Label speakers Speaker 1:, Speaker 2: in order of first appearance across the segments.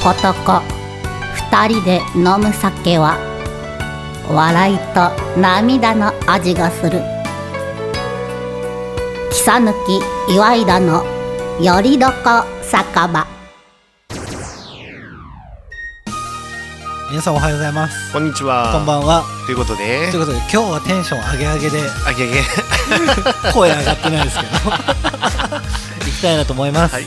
Speaker 1: 男二人で飲む酒は笑いと涙の味がする草抜き岩井田のよりどこ酒場
Speaker 2: 皆さんおはようございます
Speaker 3: こんにちは。
Speaker 2: こんばんは
Speaker 3: ということで
Speaker 2: という、ことで今日はテンション上げ上げで
Speaker 3: あげあげ。
Speaker 2: 声上がってない ですけど行きたいなと思います、
Speaker 3: はい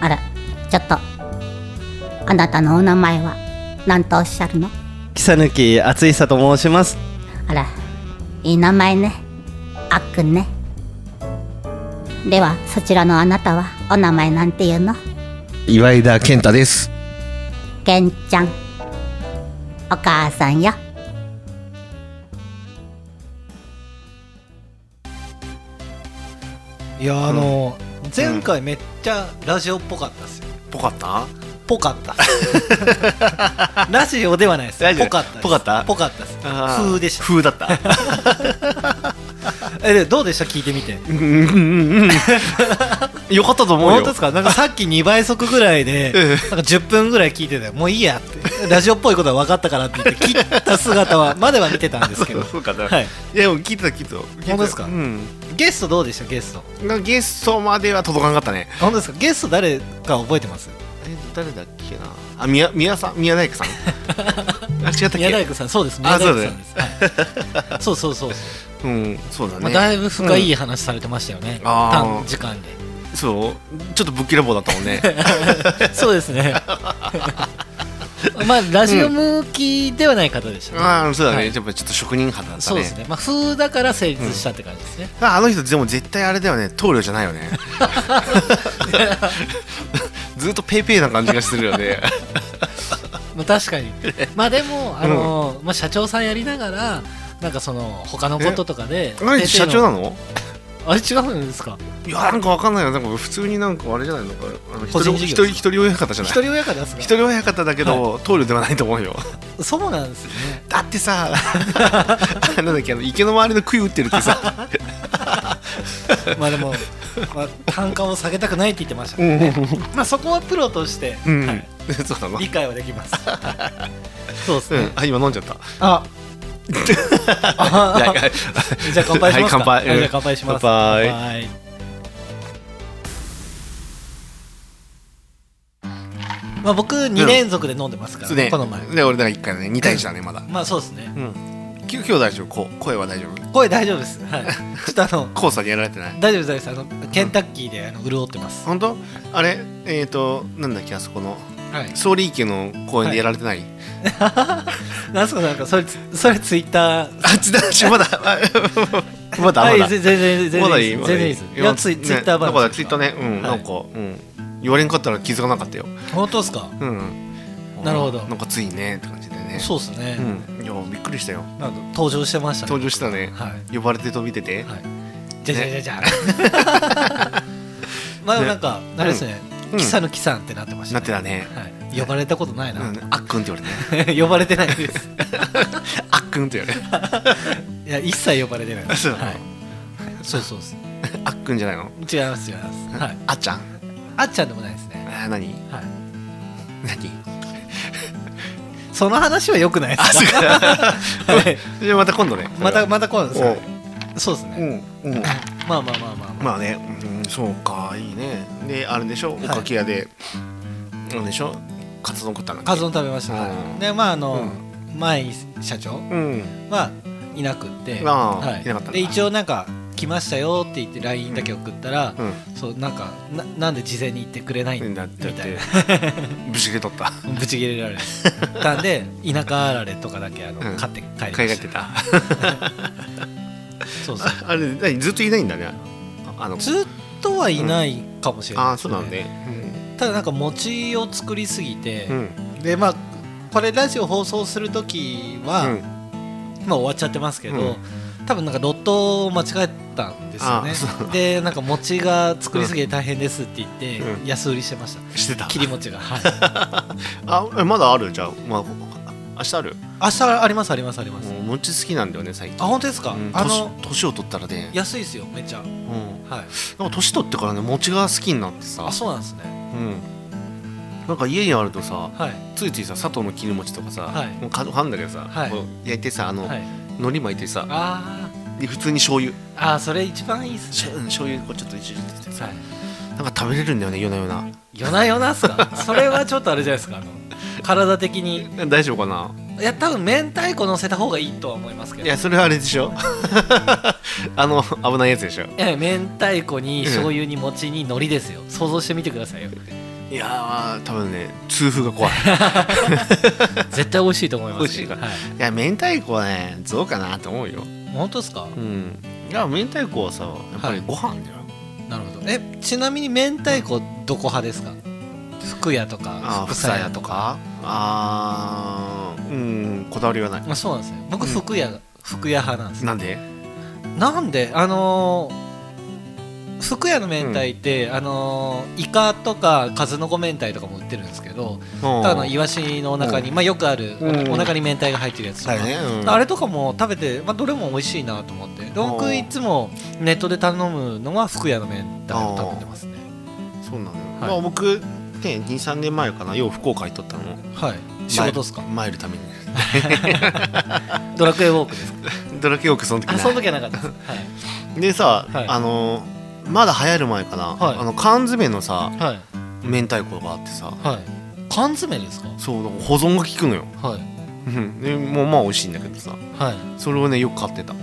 Speaker 1: あらちょっとあなたのお名前は何とおっしゃるの
Speaker 4: 草抜き厚久と申します
Speaker 1: あらいい名前ねあっくんねではそちらのあなたはお名前なんていうの
Speaker 5: 岩井田健太です
Speaker 1: けんちゃんお母さんよ
Speaker 2: いやーあのー前回めっちゃラジオっぽかったですよ
Speaker 3: ぽかった
Speaker 2: ぽかったっすラジオではないです
Speaker 3: ラジオ
Speaker 2: ぽかったです
Speaker 3: ぽかった
Speaker 2: ぽかったです
Speaker 3: あー
Speaker 2: 風でした
Speaker 3: 風だった。
Speaker 2: えでどうでした聞いてみて
Speaker 3: よかったと思う
Speaker 2: 本
Speaker 3: よ。
Speaker 2: 当ですかなんかさっき2倍速ぐらいで
Speaker 3: ええ
Speaker 2: なんか10分ぐらい聞いてたよもういいやってラジオっぽいことは分かったからって言って切った姿はまでは見てたんですけ
Speaker 3: そ
Speaker 2: ど
Speaker 3: うそうかな。
Speaker 2: はいい、
Speaker 3: や、でも聞いてた、聞いてた。聞いてた
Speaker 2: 本当ですか
Speaker 3: うん。
Speaker 2: ゲストどうでしたゲスト
Speaker 3: なんかゲストまでは届かなかったね。
Speaker 2: 本当ですかゲスト誰か覚えてます
Speaker 3: え、誰だっけな。あ、宮、宮さん、宮大工 さん。あ、違ったっけ。
Speaker 2: 宮大工さんそうです宮
Speaker 3: あ
Speaker 2: 大工さんですはいそうそうそうそう
Speaker 3: うん、そうだね。
Speaker 2: まあだいぶ深
Speaker 3: うん
Speaker 2: い話されてましたよね
Speaker 3: あー
Speaker 2: 短時間で
Speaker 3: そう。ちょっとぶっきらぼうだったも んね。
Speaker 2: そうですねまあラジオ向きではない方でしたね
Speaker 3: ああ、そうだ
Speaker 2: は
Speaker 3: ね。
Speaker 2: い
Speaker 3: やっぱちょっと職人肌だった
Speaker 2: そう
Speaker 3: ね。
Speaker 2: ですねまあ風だから成立したって感じですね
Speaker 3: ああの人でも絶対あれだよね棟梁じゃないよね ずっとペイペイな感じがするよね
Speaker 2: まあ、確 かにまあでも、あのーまあ、社長さんやりながらなんかその他のこととかで
Speaker 3: 何
Speaker 2: 出てる
Speaker 3: 社長なの
Speaker 2: あれ違うんですか
Speaker 3: いやなんかわかんないよなんか普通になんかあれじゃないのかあの一
Speaker 2: 個
Speaker 3: 人
Speaker 2: 人
Speaker 3: 一
Speaker 2: 事業
Speaker 3: 人一人親方じゃない
Speaker 2: 一人親方ですか
Speaker 3: 一人親方だけど棟梁ではないと思うよ
Speaker 2: そうなんですよね
Speaker 3: だっ てさなんだっけあの池の周りの杭打ってるってさ
Speaker 2: まあでも、まあ、単価を下げたくないって言ってましたねまあそこはプロとして、
Speaker 3: うん、
Speaker 2: はい、
Speaker 3: そうなの
Speaker 2: 理解はできます、はいそうです
Speaker 3: う
Speaker 2: ね、
Speaker 3: ん、あ今飲んじゃった
Speaker 2: ああ
Speaker 3: いやいや
Speaker 2: じゃあ乾杯しますか、
Speaker 3: はい乾杯
Speaker 2: はいじゃあ乾杯します
Speaker 3: 乾杯
Speaker 2: 杯まあ僕2連続で飲んでますから、
Speaker 3: ね
Speaker 2: この前
Speaker 3: で俺だから一回ね二対一だねまだ
Speaker 2: まあそうですね
Speaker 3: うん今日今日大丈夫こう声は大丈夫
Speaker 2: 声大丈夫ですはいちょっとあの
Speaker 3: 黄砂にやられてない
Speaker 2: 大丈夫です大丈夫ですあのケンタッキーであの潤ってます
Speaker 3: 本当あれえっ、ー、となんだっけあそこの
Speaker 2: はい
Speaker 3: 総理池の公園でやられてない、
Speaker 2: なんすかなんかそれつそれツイッター
Speaker 3: あっちだしまだあ まだまだ、
Speaker 2: はいぜ全然全然
Speaker 3: まだ
Speaker 2: い
Speaker 3: い
Speaker 2: いで
Speaker 3: い
Speaker 2: す
Speaker 3: ま
Speaker 2: 全
Speaker 3: だ
Speaker 2: 然
Speaker 3: い
Speaker 2: いい
Speaker 3: い
Speaker 2: ですいやツイ
Speaker 3: ね
Speaker 2: ツイッター版
Speaker 3: だからツイッターねうん、
Speaker 2: はい
Speaker 3: なんかうん言われんかったら気づかなかったよ
Speaker 2: 本当ですか
Speaker 3: うん
Speaker 2: なるほど
Speaker 3: なんかついねって感じでね
Speaker 2: そうですね
Speaker 3: う、んいやびっくりしたよ
Speaker 2: なんか登場してましたね
Speaker 3: 登場したね
Speaker 2: はい
Speaker 3: 呼ばれて飛び出て
Speaker 2: はい。じゃじゃじゃじゃ。 まあなんか、あれですね。
Speaker 3: うん
Speaker 2: キサのキさんってなってました、
Speaker 3: なってたね
Speaker 2: はい。呼ばれたことないな。
Speaker 3: うんあっくんって言われ て
Speaker 2: 呼ばれてないです。
Speaker 3: あっくんって言われて
Speaker 2: いや一切呼ばれてないで
Speaker 3: あ
Speaker 2: す。
Speaker 3: そう
Speaker 2: はい。そうそうそう。
Speaker 3: あっくんじゃないの
Speaker 2: 違います違います。はい。
Speaker 3: あっちゃん
Speaker 2: あっちゃんでもないですね。
Speaker 3: あー何
Speaker 2: はい。
Speaker 3: 何
Speaker 2: その話は良くないですか。 はい
Speaker 3: じゃあまた今度ね
Speaker 2: またまた今度です
Speaker 3: おう
Speaker 2: ね。そうです
Speaker 3: う
Speaker 2: ね。
Speaker 3: んうん
Speaker 2: まあまあまあまあまあ。
Speaker 3: まあね、うん、そうかいいねであれでしょお
Speaker 2: い
Speaker 3: かき屋で、あれでしょカツ丼食ったの
Speaker 2: カツ丼食べました。
Speaker 3: うん
Speaker 2: はいでまああの、前に社長。
Speaker 3: うん
Speaker 2: はいなくって、
Speaker 3: ああ
Speaker 2: はい、
Speaker 3: いなかったんだ
Speaker 2: で一応なんか来ましたよって言って LINE だけ送ったら、
Speaker 3: うん
Speaker 2: そうなんかななんで事前に言ってくれないん
Speaker 3: だ
Speaker 2: だ
Speaker 3: っ
Speaker 2: み
Speaker 3: て
Speaker 2: たい
Speaker 3: だっ
Speaker 2: な
Speaker 3: て ぶち切れとった
Speaker 2: ぶち切れられたんで田舎あられとかだけあの、
Speaker 3: うん
Speaker 2: 買って帰りました
Speaker 3: 買いがってた
Speaker 2: そうそう
Speaker 3: あれ何ずっといないんだねあの
Speaker 2: ずっとはいないかもしれない
Speaker 3: あ
Speaker 2: で
Speaker 3: ー
Speaker 2: す
Speaker 3: そう
Speaker 2: ね、
Speaker 3: なんで
Speaker 2: ただなんか餅を作りすぎて、
Speaker 3: うん
Speaker 2: でまあこれラジオ放送する時は、
Speaker 3: うん
Speaker 2: まあ終わっちゃってますけど、
Speaker 3: うん
Speaker 2: 多分なんかロットを間違えたんですよね
Speaker 3: あそ
Speaker 2: でなんか餅が作りすぎて大変ですって言って、
Speaker 3: うん
Speaker 2: 安売りしてました
Speaker 3: してた
Speaker 2: 切り餅がはい
Speaker 3: あえまだあるじゃあまあ明日ある
Speaker 2: 明日ありますありますあります、
Speaker 3: もう餅好きなんだよね最近
Speaker 2: あ本当ですか、
Speaker 3: うん
Speaker 2: あ
Speaker 3: 年
Speaker 2: の
Speaker 3: 年を取ったらね
Speaker 2: 安いですよめっちゃは
Speaker 3: うん
Speaker 2: い
Speaker 3: なんか年取ってからね餅が好きになってさ
Speaker 2: あそうなんですね
Speaker 3: うんなんか家にあるとさ
Speaker 2: はい
Speaker 3: ついついさ砂糖の切り餅とかさ、
Speaker 2: はい
Speaker 3: もう買う買うんだけどさ、
Speaker 2: はい
Speaker 3: こう焼いてさあの、
Speaker 2: はい
Speaker 3: 海苔巻いてさ
Speaker 2: あ
Speaker 3: で普通に醤油
Speaker 2: ーあーそれ一番いいっす
Speaker 3: しょ
Speaker 2: ね
Speaker 3: うん醤油こうちょっといじるってさ、
Speaker 2: はい
Speaker 3: なんか食べれるんだよね夜な夜な
Speaker 2: 夜な夜なっすかそれはちょっとあれじゃないですかあの体的に
Speaker 3: え大丈夫かない
Speaker 2: や多分明太子乗せた方がいいとは思いますけど
Speaker 3: いやそれはあれでしょ あの危ないやつでしょ
Speaker 2: ええ明太子に醤油に餅に海苔ですよ想像してみてくださいよ
Speaker 3: いやー多分ね痛風が 怖い
Speaker 2: 絶対美味しいと思いますよ
Speaker 3: 美味しいから
Speaker 2: はい
Speaker 3: いや明太子はねどうかなと思うよ
Speaker 2: 本当ですか
Speaker 3: うんいや明太子はさやっぱりご飯だよ、
Speaker 2: なるほどえちなみに明太子どこ派ですか福屋とか
Speaker 3: あー
Speaker 2: 福さ屋とか
Speaker 3: あーうんこだわりはない
Speaker 2: まあ、そうなんですね僕福屋、福屋派なんです
Speaker 3: なんで
Speaker 2: なんであのー福屋の明太って、あのーイカとか数の子明太とかも売ってるんですけど、
Speaker 3: うん
Speaker 2: ただあのイワシのお腹に、まあ、よくあるお,、
Speaker 3: うん
Speaker 2: 腹に明太が入ってるやつと
Speaker 3: だ
Speaker 2: か、
Speaker 3: よね、うん
Speaker 2: あれとかも食べて、まあ、どれも美味しいなと思ってで
Speaker 3: う
Speaker 2: 僕
Speaker 3: ん
Speaker 2: いつもネットで頼むのは福屋の明太を食べてますね
Speaker 3: そうなのよ、
Speaker 2: はい
Speaker 3: まあ僕ね23年前かなよう福岡行っとったの
Speaker 2: はい仕事ですか
Speaker 3: 参るために
Speaker 2: ドラクエウォークですか
Speaker 3: ドラケオクその時
Speaker 2: あ
Speaker 3: ね
Speaker 2: その時はなかったです、はい
Speaker 3: でさ、
Speaker 2: はい
Speaker 3: あのまだ流行る前かな、
Speaker 2: はい
Speaker 3: あの缶詰のさ
Speaker 2: はい
Speaker 3: 明太子があってさ
Speaker 2: はい缶詰ですか
Speaker 3: そうだから保存が効くのよ
Speaker 2: はい
Speaker 3: うんでもうまあ美味しいんだけどさ
Speaker 2: はい
Speaker 3: それをねよく買ってた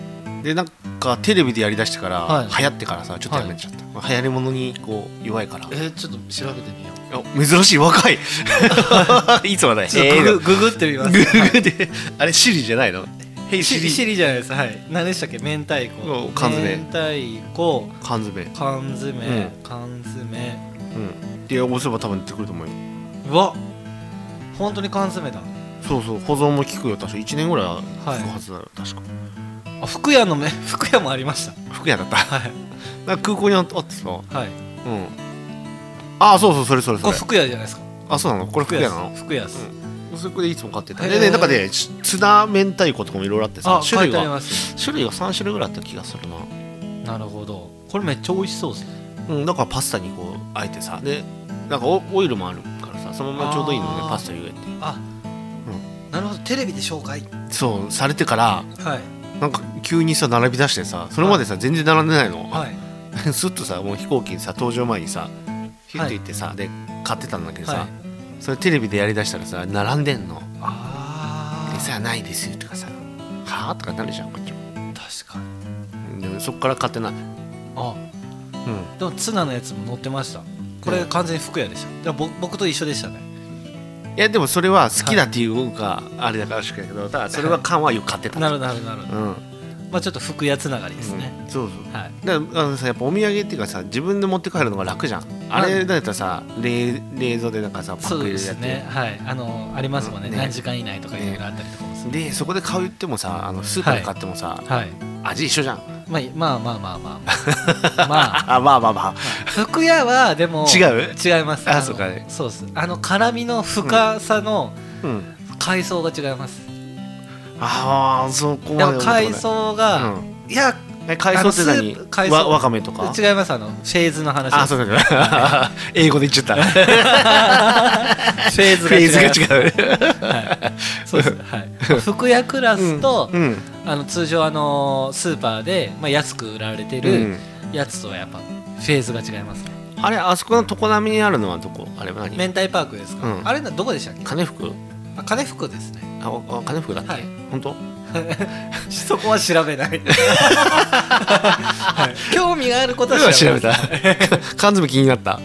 Speaker 3: でなんかテレビでやりだしてから、
Speaker 2: はい
Speaker 3: 流行ってからさちょっとやめちゃった、流行りものにこう弱いから
Speaker 2: えー、ちょっと調べてみよう
Speaker 3: あ珍しい若 いいつもだよ
Speaker 2: ちょっとググ,、ググってみます
Speaker 3: グーグーであれシリじゃないのヘイシ
Speaker 2: シ
Speaker 3: リ
Speaker 2: リシリじゃないですはい何でしたっけ明太
Speaker 3: う
Speaker 2: 子
Speaker 3: ん缶詰
Speaker 2: 明太子
Speaker 3: 缶詰う
Speaker 2: 缶詰、
Speaker 3: うん
Speaker 2: 缶詰
Speaker 3: んで押せば多分出てくると思うよ
Speaker 2: うわ本当に缶詰だ
Speaker 3: そうそう保存も効くよ確か1年ぐらいは効くはずだよ、確か
Speaker 2: あ福屋のめ 福屋もありました
Speaker 3: 服屋だった
Speaker 2: はい
Speaker 3: なんか空港にああってさ
Speaker 2: はい
Speaker 3: うんああそうそうそれそれそ
Speaker 2: これ
Speaker 3: れ
Speaker 2: 福屋じゃないですか
Speaker 3: あそうなのこれ服屋なの
Speaker 2: 福屋っす、
Speaker 3: うんそこでいつも買ってた
Speaker 2: へー
Speaker 3: でねなんかねしツナ明太子とかもいろいろあってさ
Speaker 2: あ書
Speaker 3: 種
Speaker 2: い
Speaker 3: 類
Speaker 2: てあり
Speaker 3: が
Speaker 2: ます
Speaker 3: 種類が3種類ぐらいあった気がするな
Speaker 2: なるほどこれめっちゃ美味しそうですね
Speaker 3: うんだからパスタにこうあえてさでなんかオオイルもあるからさそのままちょうどいいの
Speaker 2: あ
Speaker 3: ね
Speaker 2: ー
Speaker 3: パスタに入れて
Speaker 2: あ、なるほどテレビで紹介
Speaker 3: そうされてから
Speaker 2: はい
Speaker 3: なんか急にさ並び出してさそれまでさ全然並んでないの、
Speaker 2: はい
Speaker 3: スッとさもう飛行機にさ搭乗前にさヒュッて行ってさ、で買ってたんだけどさ、
Speaker 2: はい
Speaker 3: それテレビでやりだしたらさ並んでんの「
Speaker 2: あ
Speaker 3: 餌ないですよ」とかさ「はあ?」とかなるじゃんこっちも
Speaker 2: ー確かに
Speaker 3: でもそっから買ってない
Speaker 2: あ
Speaker 3: うん
Speaker 2: でもツナのやつも乗ってましたこれ完全に福屋でしただからぼ僕と一緒でしたね
Speaker 3: いやでもそれは好きだっていうか、あれだからしくだけどただそれは缶はよく買ってた
Speaker 2: なるなるなる
Speaker 3: うん、
Speaker 2: まあちょっと福屋つながりですね、
Speaker 3: うんそうそう
Speaker 2: はい
Speaker 3: だからあのさやっぱお土産っていうかさ自分で持って帰るのが楽じゃんあれだったらさ冷冷蔵でなんかさパッ
Speaker 2: そ
Speaker 3: ク
Speaker 2: う
Speaker 3: 入
Speaker 2: で
Speaker 3: れるや
Speaker 2: す
Speaker 3: つ
Speaker 2: ねはいあのありますもんね
Speaker 3: ね
Speaker 2: 何時間以内とかいろいろあったりとかもする、
Speaker 3: でそこで買うってもさあのスーパーで買ってもさ、
Speaker 2: はい
Speaker 3: 味一緒じゃん
Speaker 2: まあ、まあまあまあま あまあまあ
Speaker 3: あまあまあまあ
Speaker 2: 福屋はでも
Speaker 3: 違う
Speaker 2: 違います
Speaker 3: あ
Speaker 2: の
Speaker 3: そうかね
Speaker 2: そうですあの辛みの深さの
Speaker 3: うん
Speaker 2: 階層が違います、
Speaker 3: ああそこ
Speaker 2: で
Speaker 3: まで
Speaker 2: も階層が、
Speaker 3: うん
Speaker 2: いや
Speaker 3: え海藻って
Speaker 2: あのスープ
Speaker 3: 何
Speaker 2: 海藻
Speaker 3: わわかめとか
Speaker 2: 違いますあのフェーズの話です
Speaker 3: あそう だ英語で言っちゃったフ
Speaker 2: フェーズが違います
Speaker 3: ェーズが違う
Speaker 2: はい、そうです、はい、 服屋クラスと、
Speaker 3: うんうん
Speaker 2: あの通常あのスーパーで、まあ、安く売られて
Speaker 3: うん
Speaker 2: るやつとはやっぱフェーズが違いますね
Speaker 3: あれあそこの常滑にあるのはどこあれは
Speaker 2: 明
Speaker 3: 何
Speaker 2: 太パークですか、
Speaker 3: うん
Speaker 2: あれなどこでしたっけ
Speaker 3: 金服
Speaker 2: あ金服ですね
Speaker 3: あおあ金服だっけ
Speaker 2: はい
Speaker 3: 本当
Speaker 2: そこは調べない、はい興味があることは調
Speaker 3: 調
Speaker 2: べ
Speaker 3: べ
Speaker 2: た
Speaker 3: た 缶詰気になった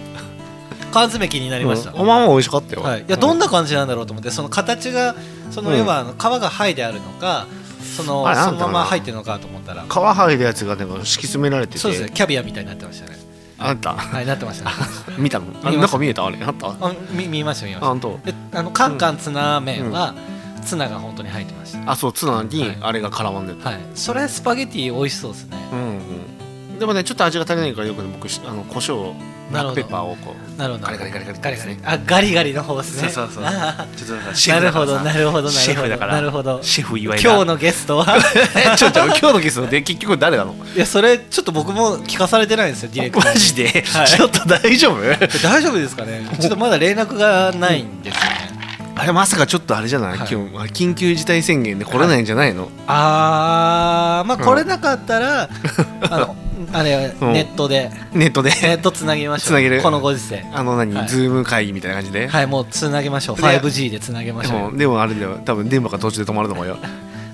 Speaker 2: 缶詰気になりました、
Speaker 3: うんおまんま美味しかったよ
Speaker 2: はい、いやどん
Speaker 3: な
Speaker 2: な感じなんだろうと思ってその形がその
Speaker 3: うん
Speaker 2: 要はあの皮が剥いであるのかその
Speaker 3: あれなん
Speaker 2: そ
Speaker 3: だ
Speaker 2: の
Speaker 3: ろうな
Speaker 2: まま入ってるのかと思ったら
Speaker 3: 皮剥いだやつがなんか敷き詰められてて
Speaker 2: そうですねキャビアみたいになってましたね
Speaker 3: あんた
Speaker 2: はいなってましたね
Speaker 3: 見たのあ
Speaker 2: 見ました
Speaker 3: なんか見えたあれあったあ
Speaker 2: あ見見ました見ました
Speaker 3: 本当
Speaker 2: であのカンカンツナ麺は、ツナが本当に入ってました
Speaker 3: あそうツナに
Speaker 2: はい
Speaker 3: あれが絡まんでた
Speaker 2: はいそれスパゲティ美味しそうですね
Speaker 3: うんうんでもねちょっと味が足りないからよくね僕しあの胡椒をブ
Speaker 2: なる
Speaker 3: ラッ
Speaker 2: ほど
Speaker 3: クペッパーをこう
Speaker 2: なるほど
Speaker 3: ガリガリガリガリ
Speaker 2: ガリガリあガリガリの方です
Speaker 3: そ
Speaker 2: ね
Speaker 3: うそう そう
Speaker 2: あ
Speaker 3: ちょっとなんかシェ
Speaker 2: ーなる
Speaker 3: フだか
Speaker 2: ほ
Speaker 3: らさ
Speaker 2: どなるほどなるほど
Speaker 3: シェフだから
Speaker 2: なるほど
Speaker 3: シェフ
Speaker 2: 今
Speaker 3: 岩井だ
Speaker 2: 日のゲスト は
Speaker 3: えちょっと今日のゲストで結局誰なの
Speaker 2: いやそれちょっと僕も聞かされてないんですよディレクター
Speaker 3: マ
Speaker 2: に
Speaker 3: ジで、
Speaker 2: はい
Speaker 3: ちょっと大丈夫
Speaker 2: 大丈夫ですかね ちょっとまだ連絡がないんですよね
Speaker 3: あれまさかちょっとあれじゃない、
Speaker 2: はい
Speaker 3: 今日あ緊急事態宣言で来れないんじゃないの、
Speaker 2: あーまあ来れなかったら、 あのあれ
Speaker 3: うん
Speaker 2: ネットで
Speaker 3: ネットで
Speaker 2: ネットつなぎましょう
Speaker 3: つなげる
Speaker 2: このご時世
Speaker 3: あの何、
Speaker 2: はい
Speaker 3: ズーム会議みたいな感じで、
Speaker 2: はいもうつなげましょう 5G でつなげま
Speaker 3: で
Speaker 2: しょう
Speaker 3: もでもあれだよ多分電波が途中で止まると思うよ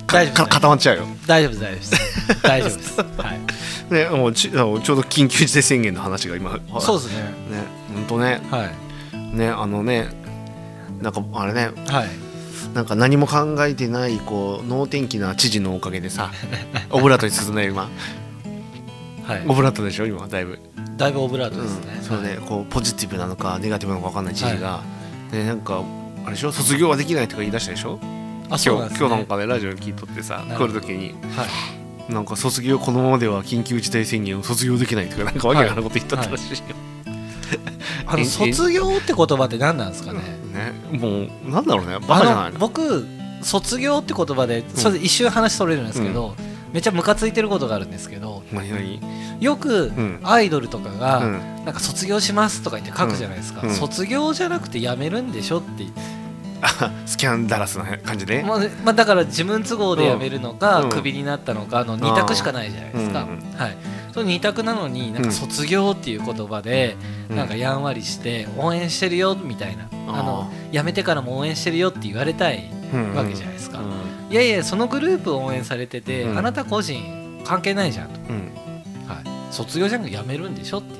Speaker 3: か
Speaker 2: 大丈夫です
Speaker 3: か固まっちゃうよ
Speaker 2: 大丈夫です大丈夫 です大丈夫です、はい、
Speaker 3: ねもうちあのちょうど緊急事態宣言の話が今
Speaker 2: そう
Speaker 3: う
Speaker 2: ですね
Speaker 3: ね本当ね
Speaker 2: はい
Speaker 3: ねあのねなんかあれね
Speaker 2: はい
Speaker 3: なんか何も考えてないこう能天気な知事のおかげで さオブラートに進んだよ今
Speaker 2: はい
Speaker 3: オブラートでしょ今だいぶ
Speaker 2: だいぶオブラートですね、
Speaker 3: うん、そうね、こうポジティブなのかネガティブなのか分かんない知事が、でなんかあれでしょ卒業はできないとか言い出したでしょ
Speaker 2: あそうなん
Speaker 3: 今日
Speaker 2: です、ね、
Speaker 3: 今日なんかねラジオ聞いとってさ
Speaker 2: なる
Speaker 3: 来
Speaker 2: ほ
Speaker 3: る
Speaker 2: ど
Speaker 3: 時に
Speaker 2: はい
Speaker 3: なんか卒業このままでは緊急事態宣言を卒業できないとかなんかわけわからんこと言っとったらしいよ、
Speaker 2: あ
Speaker 3: え
Speaker 2: の
Speaker 3: え
Speaker 2: 卒業って言葉って何なんですかね
Speaker 3: ねもうなんだろうねバカじゃない
Speaker 2: あの
Speaker 3: の
Speaker 2: 僕卒業って言葉でそれ一瞬話それるんですけど、めっちゃムカついてることがあるんですけど
Speaker 3: 何何
Speaker 2: よく
Speaker 3: ん
Speaker 2: アイドルとかが、
Speaker 3: うん
Speaker 2: なんか卒業しますとか言って書くじゃないですか、
Speaker 3: うんうん
Speaker 2: 卒業じゃなくて辞めるんでしょって、
Speaker 3: スキャンダラスな感 じで、
Speaker 2: まあまあ、だから自分都合で辞めるのか、
Speaker 3: うん
Speaker 2: クビになったのかの2択しかないじゃないですか、
Speaker 3: うん
Speaker 2: はい、その2択なのになん
Speaker 3: う
Speaker 2: か
Speaker 3: ん
Speaker 2: 卒業っていう言葉で、
Speaker 3: うん
Speaker 2: なんかやんわりして応援してるよみたいな、あの
Speaker 3: あ
Speaker 2: 辞めてからも応援してるよって言われたい
Speaker 3: うん
Speaker 2: わけじゃないですか、
Speaker 3: うん
Speaker 2: いやいやそのグループを応援されてて、
Speaker 3: うん
Speaker 2: あなた個人関係ないじゃんと、
Speaker 3: うん
Speaker 2: はい、卒業じゃなくて辞めるんでしょって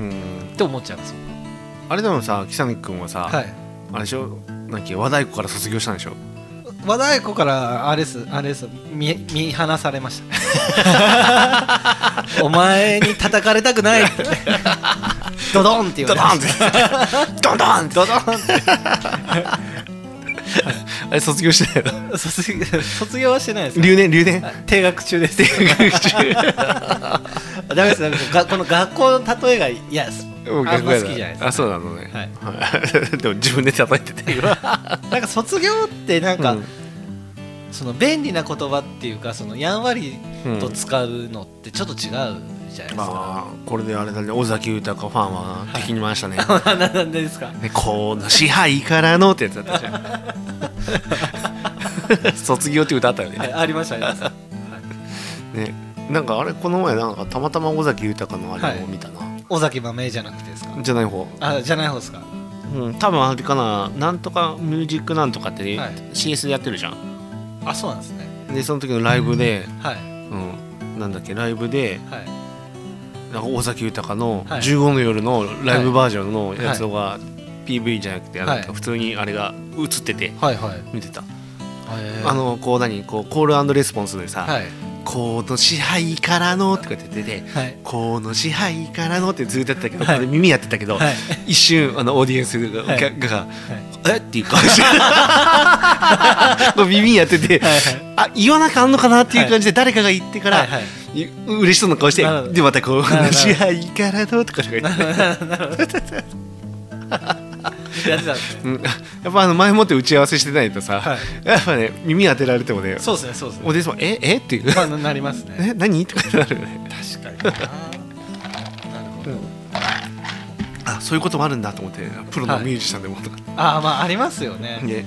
Speaker 3: うん
Speaker 2: って思っちゃうんですよ
Speaker 3: あれでもさ北見君はさ、
Speaker 2: はい
Speaker 3: あれでしょなんか和太鼓から卒業したんでしょ
Speaker 2: 和太鼓からあれですあれです見見放されました お前に叩かれたくないってドドンって言われ
Speaker 3: ドドン
Speaker 2: ま
Speaker 3: っ
Speaker 2: して
Speaker 3: ドドンドドン あれ卒業してないの
Speaker 2: た卒業卒業はしてないです
Speaker 3: 留年留年
Speaker 2: 定額中ですダメですダメですがこの学校の例えが嫌です
Speaker 3: もう
Speaker 2: あん
Speaker 3: 学
Speaker 2: ま
Speaker 3: 外
Speaker 2: 好きじゃないです
Speaker 3: あそうなのね、
Speaker 2: はい
Speaker 3: はい、 でも自分で叩いてて今
Speaker 2: なんか卒業ってなんか、
Speaker 3: うん
Speaker 2: その便利な言葉っていうかそのやんわりと使うのってちょっと違うじゃないですか。
Speaker 3: あーこれであれだね尾崎豊ファンは敵に回したね、
Speaker 2: な なんでですか。
Speaker 3: ねこの支配からのってやつだった じゃん卒業って歌あったよね,、
Speaker 2: はい、ありましたあり ました。
Speaker 3: ねなんかあれこの前なんかたまたま尾崎豊のあれを見たな、
Speaker 2: 尾崎豆じゃなくてですか。
Speaker 3: じゃない方
Speaker 2: あじゃない方ですか。
Speaker 3: うん、多分あれかななんとかミュージックなんとかって、
Speaker 2: はい
Speaker 3: CS でやってるじゃん
Speaker 2: あそうなんですね。
Speaker 3: でその時のライブで、
Speaker 2: はい
Speaker 3: うんなんだっけライブで
Speaker 2: はい
Speaker 3: なんか大崎豊の
Speaker 2: はい
Speaker 3: 15の夜のライブバージョンのやつのが PV じゃなくて、
Speaker 2: はい
Speaker 3: なんか普通にあれが映ってて
Speaker 2: はいはい。
Speaker 3: 見てた、
Speaker 2: えー
Speaker 3: あのこう何こうコールレスポンスでさ「
Speaker 2: はい
Speaker 3: この支配からの」ってこうやって出て
Speaker 2: はい
Speaker 3: 「この支配からの」ってずっとやってたけど、
Speaker 2: はい
Speaker 3: これ耳やってたけど、
Speaker 2: はい。
Speaker 3: 一瞬あのオーディエンスが,が、
Speaker 2: はい
Speaker 3: がえっていう顔して こう耳やってて、
Speaker 2: はいはい
Speaker 3: あ言わなきゃあんのかなっていう感じで誰かが言ってから、
Speaker 2: はいはい。
Speaker 3: いう嬉しそうな顔して
Speaker 2: なるほど
Speaker 3: でまたこう
Speaker 2: なるほど
Speaker 3: 「支配からの」とかとか言って、
Speaker 2: やってたんですね。
Speaker 3: うんやっぱあの前もって打ち合わせしてないとさ、
Speaker 2: はい
Speaker 3: やっぱね耳当てられてもね
Speaker 2: そうですねそうですね。
Speaker 3: お弟子も「ええっていう
Speaker 2: まあなります
Speaker 3: 「
Speaker 2: ね。
Speaker 3: え何?」とかってなるよね
Speaker 2: 確かにな。なるほど。
Speaker 3: あそういうこともあるんだと思ってプロのミュージシャンでもとか、
Speaker 2: あまあありますよ ね。
Speaker 3: ね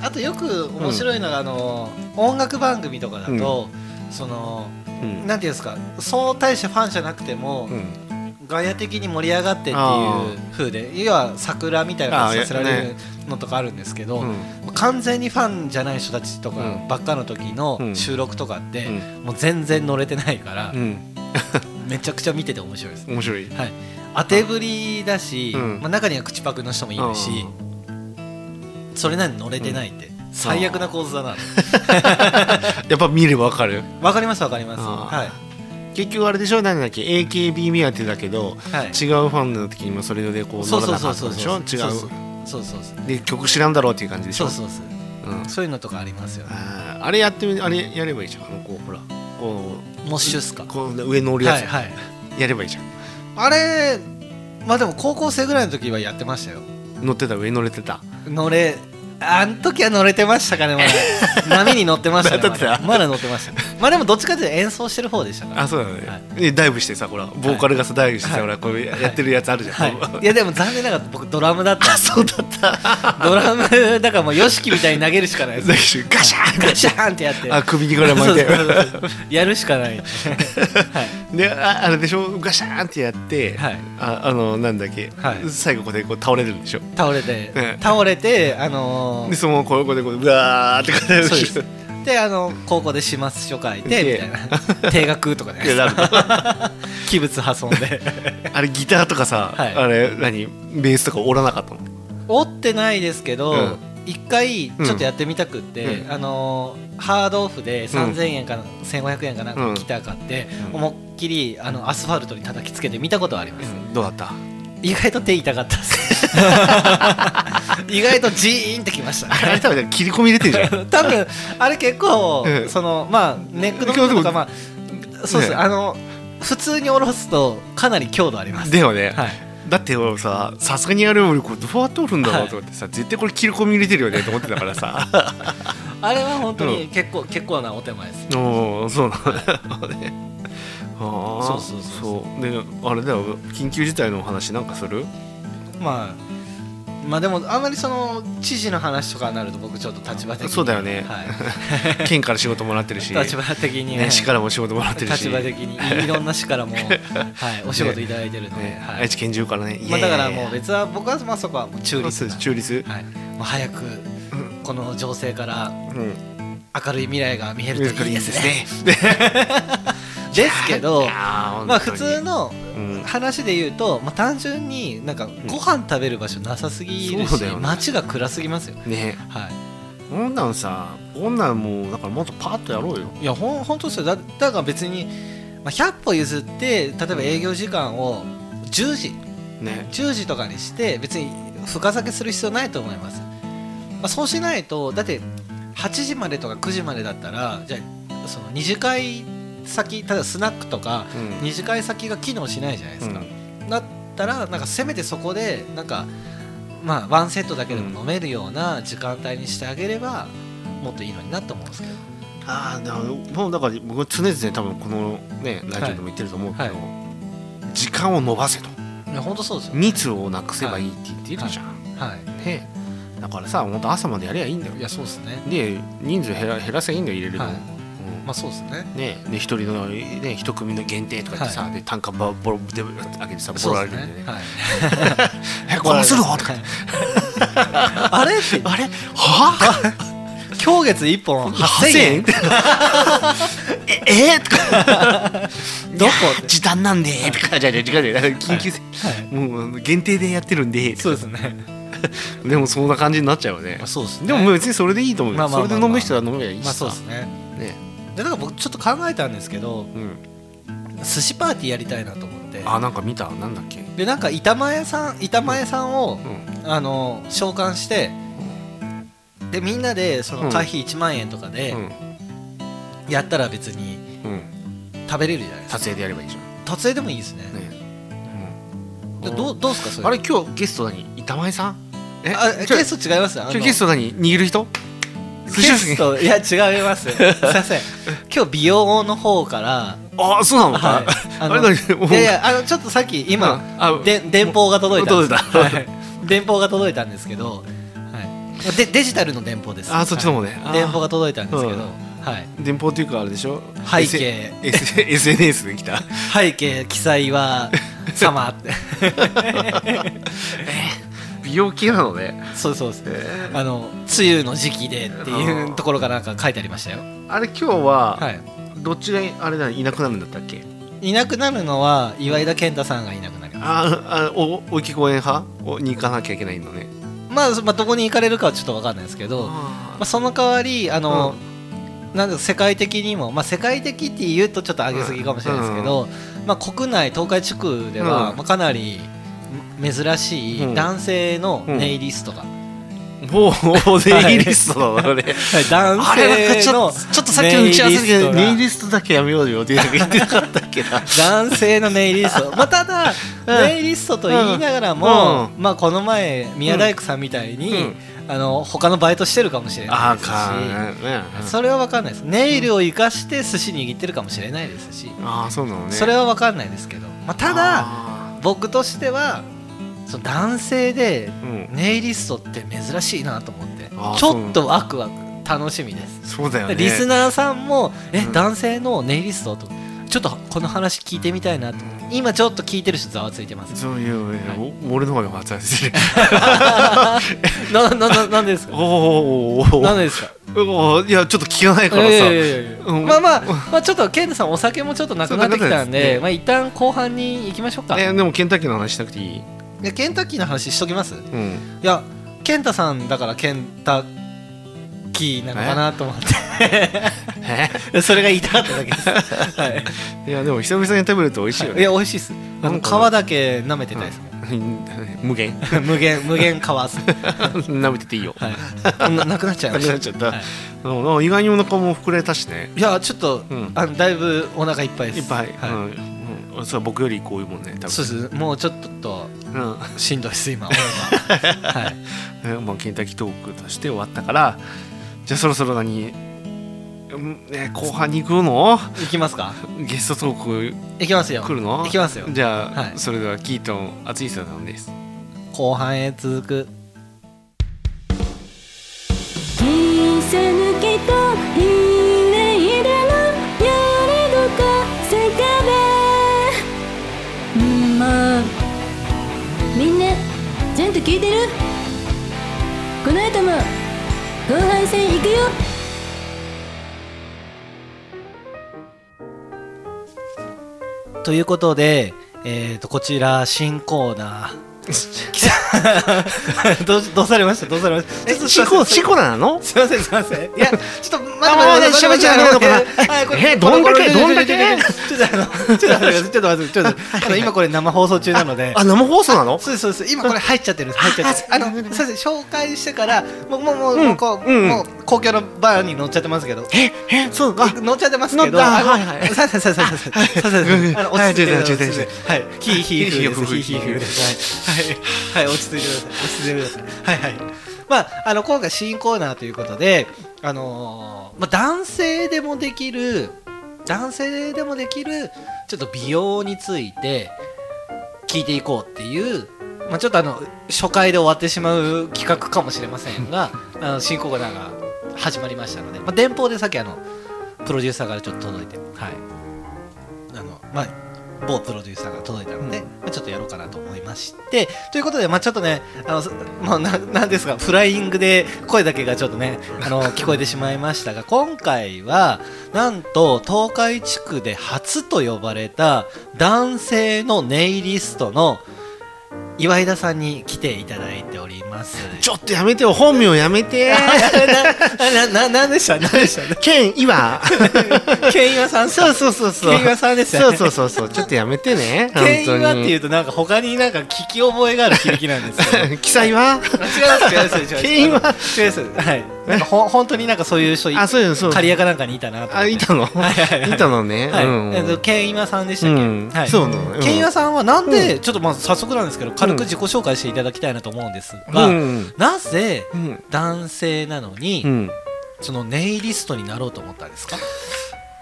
Speaker 2: あとよく面白いのが、あの音楽番組とかだと、その
Speaker 3: うん
Speaker 2: なんていうんですかそう大したファンじゃなくても、
Speaker 3: うん
Speaker 2: ガヤ的に盛り上がってってい
Speaker 3: あ
Speaker 2: う風で要は桜みたいな感じさせら
Speaker 3: あー
Speaker 2: れ
Speaker 3: や
Speaker 2: るのとかあるんですけど、
Speaker 3: うん
Speaker 2: 完全にファンじゃない人たちとか
Speaker 3: うん
Speaker 2: ばっかの時
Speaker 3: う
Speaker 2: の
Speaker 3: ん
Speaker 2: 収録とかって、
Speaker 3: う
Speaker 2: もう全然乗れてないから、
Speaker 3: うん
Speaker 2: めちゃくちゃ見てて面白いです。
Speaker 3: 面 白い
Speaker 2: はい当てぶりだし、
Speaker 3: うん
Speaker 2: まあ、中には口パクの人もいるし、それなのに乗れてないって、最悪な構図だな
Speaker 3: やっぱ見ればわかる
Speaker 2: わかりますわかります。
Speaker 3: あ
Speaker 2: は
Speaker 3: ー
Speaker 2: い
Speaker 3: 結局あれでしょ何だっけ AKB 目当てだけど、
Speaker 2: はい
Speaker 3: 違うファンの時にもそれでこう
Speaker 2: そ
Speaker 3: 乗
Speaker 2: う
Speaker 3: ら
Speaker 2: そう
Speaker 3: な
Speaker 2: そ
Speaker 3: か
Speaker 2: う
Speaker 3: っ
Speaker 2: そ
Speaker 3: た
Speaker 2: う
Speaker 3: でしょ
Speaker 2: そう
Speaker 3: 違
Speaker 2: そ
Speaker 3: う
Speaker 2: うそうそう
Speaker 3: で曲知らんだろうっていう感じでし
Speaker 2: そ
Speaker 3: ょ
Speaker 2: うそうそう
Speaker 3: うん
Speaker 2: そういうのとかありますよね
Speaker 3: あーあれやってみあれやればいいじゃんあのこうほらこ
Speaker 2: モッシュっすか
Speaker 3: うこう上乗る
Speaker 2: は
Speaker 3: や
Speaker 2: い
Speaker 3: つ、
Speaker 2: はい
Speaker 3: やればいいじゃん
Speaker 2: あれまあでも高校生ぐらいの時はやってましたよ
Speaker 3: 乗ってた上に乗れてた
Speaker 2: 乗れあん時は乗れてましたかねま だ波に乗ってましたね
Speaker 3: 乗ってた
Speaker 2: まだまだ乗ってましたまあでもどっちかというと演奏してる方でしたから
Speaker 3: あそうなのね、
Speaker 2: はい
Speaker 3: でダイブしてさほらボーカルがさダイブしてさ、
Speaker 2: はい
Speaker 3: ほらこうやってるやつあるじゃん、
Speaker 2: はい、いやでも残念ながら僕ドラムだったあそうだった ドラムだからもう YOSHIKI みたいに投げるしかないです
Speaker 3: ガシャン
Speaker 2: ガシャーンってやって
Speaker 3: あ首にぐらい巻いて
Speaker 2: そうそうそうやるしか ない、はい、
Speaker 3: でああれでしょガシャーンってやって、
Speaker 2: はい
Speaker 3: ああのなんだっけ、
Speaker 2: はい
Speaker 3: 最後ここでこう倒れるんでしょ
Speaker 2: 倒れて、
Speaker 3: ね
Speaker 2: 倒れてあのー
Speaker 3: でそのままこうこでこううわーってこうやっ て
Speaker 2: そうですであの高校で始末書書いてみ
Speaker 3: で
Speaker 2: たいな定額とかね
Speaker 3: いやなるほ
Speaker 2: 器物破損で
Speaker 3: あれギターとかさ、
Speaker 2: はい
Speaker 3: あれ何ベースとか折らなかったの
Speaker 2: 折ってないですけど、
Speaker 3: うん
Speaker 2: 一回ちょっとやってみたくって、
Speaker 3: う
Speaker 2: あのーハードオフで3000円かな、1500円かなんかのギター買って、
Speaker 3: うん
Speaker 2: 思いっきりあのアスファルトに叩きつけて見たことはあります、
Speaker 3: どうだった
Speaker 2: 意外と手痛かったです 意外とジーンってきましたね
Speaker 3: あれ多分切り込み入れてるじゃん
Speaker 2: 多分あれ結構、
Speaker 3: うん
Speaker 2: そのまあネックの部分とかまあそうです、
Speaker 3: ね
Speaker 2: あの普通に下ろすとかなり強度あり ます
Speaker 3: でもね、
Speaker 2: はい
Speaker 3: だって俺ささすがにやるよりこれどうやって折るんだろうと思ってさ、絶対これ切り込み入れてるよねと思ってたからさ
Speaker 2: あれは本当
Speaker 3: う
Speaker 2: に結構、結構なお手前です
Speaker 3: おおそうなんだねああ
Speaker 2: そうそうそうそ
Speaker 3: そうであれだよ緊急事態のお話なんか する
Speaker 2: まあまあでもあんまりその知事の話とかになると僕ちょっと立場的に
Speaker 3: そうだよね
Speaker 2: はい、
Speaker 3: 県から仕事もらってるし
Speaker 2: 立場的に、
Speaker 3: ね、市からも仕事もらってるし
Speaker 2: 立場的にいろんな市からも、はい、お仕事いただいてるので、
Speaker 3: ね
Speaker 2: はい
Speaker 3: 愛知県中からね、
Speaker 2: まあ、だからもう
Speaker 3: う
Speaker 2: 別は僕はまあそこはもう中立なんで
Speaker 3: 中立、
Speaker 2: はい、もう早く
Speaker 3: ん
Speaker 2: この情勢から
Speaker 3: うん、
Speaker 2: 明るい未来が見え
Speaker 3: 見
Speaker 2: る
Speaker 3: る
Speaker 2: とい
Speaker 3: とい
Speaker 2: い
Speaker 3: い
Speaker 2: で
Speaker 3: ですす
Speaker 2: ね。
Speaker 3: ね。
Speaker 2: ですけど
Speaker 3: いやー本当に
Speaker 2: まあ普通の
Speaker 3: うん
Speaker 2: 話で言うと、まあ、単純になんかご飯食べる場所なさすぎる
Speaker 3: そう
Speaker 2: し、
Speaker 3: だよね
Speaker 2: 街が暗すぎますよ、
Speaker 3: ね
Speaker 2: は
Speaker 3: こんなんさこんなんもうだからもっとパッとやろうよ
Speaker 2: い、いやほん本当ですよだだから別に、まあ、100歩譲って例えば営業時間を10時
Speaker 3: ね
Speaker 2: 10時とかにして別に深酒する必要ないと思います、まあ、そうしないとだって8時までとか9時までだったらじゃあその2次会先ただスナックとか
Speaker 3: うん
Speaker 2: 2次会先が機能しないじゃないですか、だったらなんかせめてそこでなんかまあワンセットだけでも飲めるような時間帯にしてあげればもっといいのになと思うんですけど
Speaker 3: ああだからもうだから僕常々多分このねラジオでも言ってると思うけど、
Speaker 2: はいは
Speaker 3: 時間を延ばせと
Speaker 2: いや本当そうですよ、
Speaker 3: 密をなくせばいいって言ってるじゃん、
Speaker 2: は
Speaker 3: ねだからさ本当朝までやりゃいいんだよ
Speaker 2: い、いやそうですね
Speaker 3: で人数減ら減らせばいいんだよ入れるの、
Speaker 2: はい
Speaker 3: うん
Speaker 2: まあそうですね
Speaker 3: ね、で一人の、ね、一組の限定とか言ってさ、
Speaker 2: はい
Speaker 3: で単価ばボロで上げてさボ
Speaker 2: そ
Speaker 3: ロ
Speaker 2: う
Speaker 3: ら
Speaker 2: で
Speaker 3: れ
Speaker 2: す
Speaker 3: るんで
Speaker 2: ね
Speaker 3: ね
Speaker 2: はい
Speaker 3: えこれするのとか
Speaker 2: あれって
Speaker 3: あれはあ
Speaker 2: 今月一本
Speaker 3: 8000
Speaker 2: 8000円
Speaker 3: 円ええとか
Speaker 2: どこ
Speaker 3: 時短なんでとかじゃあじゃあじゃあじゃあ緊急せ、もうあの限定でやってるんで
Speaker 2: そうですね
Speaker 3: でもそんな感じになっちゃうよね
Speaker 2: そうです
Speaker 3: でももう別にそれでいいと思うよ、
Speaker 2: まあまあまあまあ
Speaker 3: それで飲む人は飲めばいいし
Speaker 2: まあそう
Speaker 3: さ
Speaker 2: ですね
Speaker 3: ね
Speaker 2: でだから僕ちょっと考えたんですけど
Speaker 3: うん、
Speaker 2: 寿司パーティーやりたいなと思って
Speaker 3: あなんか見たなんだっけ、
Speaker 2: でなんか板前さん板前さんを
Speaker 3: うん、
Speaker 2: あの召喚してでみんなでそうの
Speaker 3: ん
Speaker 2: 会費1万円とかで
Speaker 3: うん
Speaker 2: やったら別に
Speaker 3: うん
Speaker 2: 食べれるじゃないですか
Speaker 3: 撮影でやればいいじゃ
Speaker 2: 撮影でもいいですね
Speaker 3: んね、
Speaker 2: でどうどうですかそれ
Speaker 3: あれ今日ゲスト何板前さんえ
Speaker 2: あ
Speaker 3: ちょ
Speaker 2: ゲスト違いますあの
Speaker 3: 今日ゲスト何握る人
Speaker 2: ゲストいや違いますすいません今日美容の方から
Speaker 3: ああそうなのか、
Speaker 2: はいあ
Speaker 3: あ
Speaker 2: の
Speaker 3: れ何もう
Speaker 2: いやいやあのちょっとさっき
Speaker 3: うん
Speaker 2: 今、
Speaker 3: あ
Speaker 2: で電報が届いたんです
Speaker 3: 届いた
Speaker 2: はい電報が届いたんですけど、はい、でデジタルの電報です
Speaker 3: あそっちの方ね
Speaker 2: はい
Speaker 3: あー
Speaker 2: 電報が届いたんですけど、
Speaker 3: うん
Speaker 2: はい、
Speaker 3: 電報っていうかあれでしょ
Speaker 2: 背景
Speaker 3: S- SNS で 来た
Speaker 2: 背景記載は様 って
Speaker 3: 美容系なのね
Speaker 2: そうそうですあの梅雨の時期でっていうところがなんか書いてありましたよ、
Speaker 3: あれ今日は、
Speaker 2: はい、
Speaker 3: どっちがあれだいなくなるんだったっけ
Speaker 2: いなくなるのは岩井田健太さんがいなくなります
Speaker 3: ああお大きい公園派おに行かなきゃいけないのね
Speaker 2: まあ、まあどこに行かれるかはちょっと分かんないですけどまあ、その代わりあの、なんだ世界的にも、まあ、世界的って言うとちょっと上げすぎかもしれないですけど、まあ、国内東海地区では、
Speaker 3: うん
Speaker 2: まあ、かなり珍し
Speaker 3: う
Speaker 2: い
Speaker 3: ん
Speaker 2: 男性のネイリストが、
Speaker 3: うもうネイリストだな俺
Speaker 2: 男
Speaker 3: あれなんかち
Speaker 2: 性
Speaker 3: ょ
Speaker 2: の
Speaker 3: っとちょっとさっきの打ち合わせでネイ
Speaker 2: ス
Speaker 3: リストだけやめようよってなんか言ってなかったっけ な
Speaker 2: トが男性のネイリストまあただ
Speaker 3: うん
Speaker 2: ネイリストと言いながらも、
Speaker 3: う
Speaker 2: まあこの前宮大工さんみたいに、
Speaker 3: うん
Speaker 2: あの他のバイトしてるかもしれない
Speaker 3: ああ
Speaker 2: ですし
Speaker 3: かね
Speaker 2: それは分かんないですネイルを生かして寿司握ってるかもしれないですし、
Speaker 3: ああそうなのね
Speaker 2: それは分かんないですけど、まあ、ただ
Speaker 3: あ
Speaker 2: 僕としてはその男性で
Speaker 3: ーうん
Speaker 2: ネイリストって珍しいなと思って
Speaker 3: あー
Speaker 2: ちょっとワクワク楽しみです、
Speaker 3: そうだよね
Speaker 2: リスナーさんもえ、
Speaker 3: うん
Speaker 2: 男性のネイリストとちょっとこの話聞いてみたいなと、
Speaker 3: うん
Speaker 2: 今ちょっと聞いてる人ざわついて ます
Speaker 3: そういう、お俺の方が発達してる
Speaker 2: ななななんでですか
Speaker 3: おーおーお
Speaker 2: なん
Speaker 3: ー
Speaker 2: でですか
Speaker 3: おーいやちょっと聞かない
Speaker 2: い
Speaker 3: からさ、
Speaker 2: やいやいやいや
Speaker 3: うん
Speaker 2: まあまあ、まあ、ちょっとケンタさんお酒もちょっとなくなってきたん
Speaker 3: そうなくなって
Speaker 2: で
Speaker 3: きた
Speaker 2: まあ一旦後半に行きましょうか
Speaker 3: えでもケンタッキーの話しなくていい、
Speaker 2: でケンタッキーの話しときますい
Speaker 3: うん、
Speaker 2: やケンタさんだからケンタッキーなのかなと思っ
Speaker 3: え
Speaker 2: てそれが言いたかっただけです、 はい
Speaker 3: やでも久々に食べると美味しいよ
Speaker 2: い、い
Speaker 3: ね
Speaker 2: や美味しいっすあの
Speaker 3: なん
Speaker 2: 皮
Speaker 3: か
Speaker 2: だけ舐めてたいですもん、
Speaker 3: 無限
Speaker 2: 無限 無限皮っす、
Speaker 3: 舐めてていいよ
Speaker 2: はい、ななくなっちゃい
Speaker 3: な
Speaker 2: ま
Speaker 3: くなっ
Speaker 2: し
Speaker 3: ち
Speaker 2: た
Speaker 3: ゃった、
Speaker 2: はい
Speaker 3: でもなんか意外にお腹も膨れたしね
Speaker 2: いやちょっと、
Speaker 3: うん
Speaker 2: あのだいぶお腹いっぱいです
Speaker 3: いっぱい、
Speaker 2: は
Speaker 3: うんうん、それは僕よりこういうもんね多分
Speaker 2: そうですもうちょっと
Speaker 3: うん
Speaker 2: しんどいっす 今思えばはい
Speaker 3: えまあ、ケンタッキートークとして終わったからじゃあそろそろ何、うんね、後半に行くの
Speaker 2: 行きますか
Speaker 3: ゲストトーク
Speaker 2: 行きますよ
Speaker 3: 来るの
Speaker 2: 行きますよ
Speaker 3: じゃあ、
Speaker 2: はい
Speaker 3: それではキートン厚いさんです
Speaker 2: 後半へ続く
Speaker 6: 「切りさぬけといないだろやれどこせかべ」んーもうみんなちゃんと聞いてるこの後も後半戦行くよ
Speaker 2: ということで、えー、とこちら新コーナー来た どうしどうされましたどうされましたちょっとすいません
Speaker 3: コなの
Speaker 2: すいませんすいませんいやちょっと待
Speaker 3: あもうね
Speaker 2: って
Speaker 3: 喋っちゃダメなのかなえどんだけどんだけ
Speaker 2: ちょっとあのちょっと待ってくださいちょっと待ってくださいあの今これ生放送中な ので
Speaker 3: あ生放送なの
Speaker 2: そうですそうです今これ入っちゃってるんです入っちゃってるあのすいません紹介してからもうもうもう,、もうこう
Speaker 3: うん
Speaker 2: もう公共のバーに乗っちゃってますけど
Speaker 3: ええそうあ
Speaker 2: 乗っちゃってますけど、
Speaker 3: 乗った
Speaker 2: あの
Speaker 3: はいはい
Speaker 2: さささささささささ
Speaker 3: うん
Speaker 2: あの落ち着いて
Speaker 3: はい
Speaker 2: 落ち着いて
Speaker 3: 充電
Speaker 2: 落ち着いてはい、ヒーヒーヒーです、ヒ
Speaker 3: ヒ
Speaker 2: ーヒ
Speaker 3: ーヒ
Speaker 2: ーヒ
Speaker 3: ーフ
Speaker 2: ー
Speaker 3: ー
Speaker 2: です、はい、はい、はい、落ち着いてください、落ち着いてください、はい、はい。まあ、あの今回新コーナーということで、あのーまあ男性でもできる男性でもできるちょっと美容について聞いていこうっていう。まあ、ちょっとあの初回で終わってしまう企画かもしれませんがあの新コーナーが始まりましたので、まあ、電報でさっきあのプロデューサーからちょっと届いて、はいあのまあ、某プロデューサーが届いたので、まあ、ちょっとやろうかなと思いましてということで、まあ、ちょっとねあの、そまあ、ななんですがフライングで声だけがちょっとねあの聞こえてしまいましたが今回はなんと東海地区で初と呼ばれた男性のネイリストの岩井田さんに来ていただいており ます。
Speaker 3: ちょっとやめてよ本名やめ て
Speaker 2: な、な、なんでしたなんでした
Speaker 3: ケン今
Speaker 2: ケンイワさん
Speaker 3: そう
Speaker 2: う
Speaker 3: そうそうそう
Speaker 2: ケンイワさんですよ
Speaker 3: そ
Speaker 2: ね
Speaker 3: うそうそうそうちょっとやめてね
Speaker 2: ケンイワっていううとなんか他になんか聞き覚えがある響きなんです けど
Speaker 3: 記載は
Speaker 2: 違います違います違います
Speaker 3: ケンイワ
Speaker 2: 違いますはいなんかほ本当になんかそういう人い
Speaker 3: あそういうのそう
Speaker 2: 刈谷かなんかにいたなと思って
Speaker 3: あいたの
Speaker 2: はいはいはい
Speaker 3: いたのね
Speaker 2: はい、
Speaker 3: うん
Speaker 2: えっとケンイワさんでしたっけ、
Speaker 3: うん
Speaker 2: はい
Speaker 3: そうなのうん
Speaker 2: ケンイワさんはなんで、ちょっとまあ早速なんですけど軽く自己紹介していただきたいなと思うんですが、
Speaker 3: うん
Speaker 2: なぜ
Speaker 3: うん
Speaker 2: 男性なのに、
Speaker 3: うん
Speaker 2: そのネイリストになろうと思ったんですか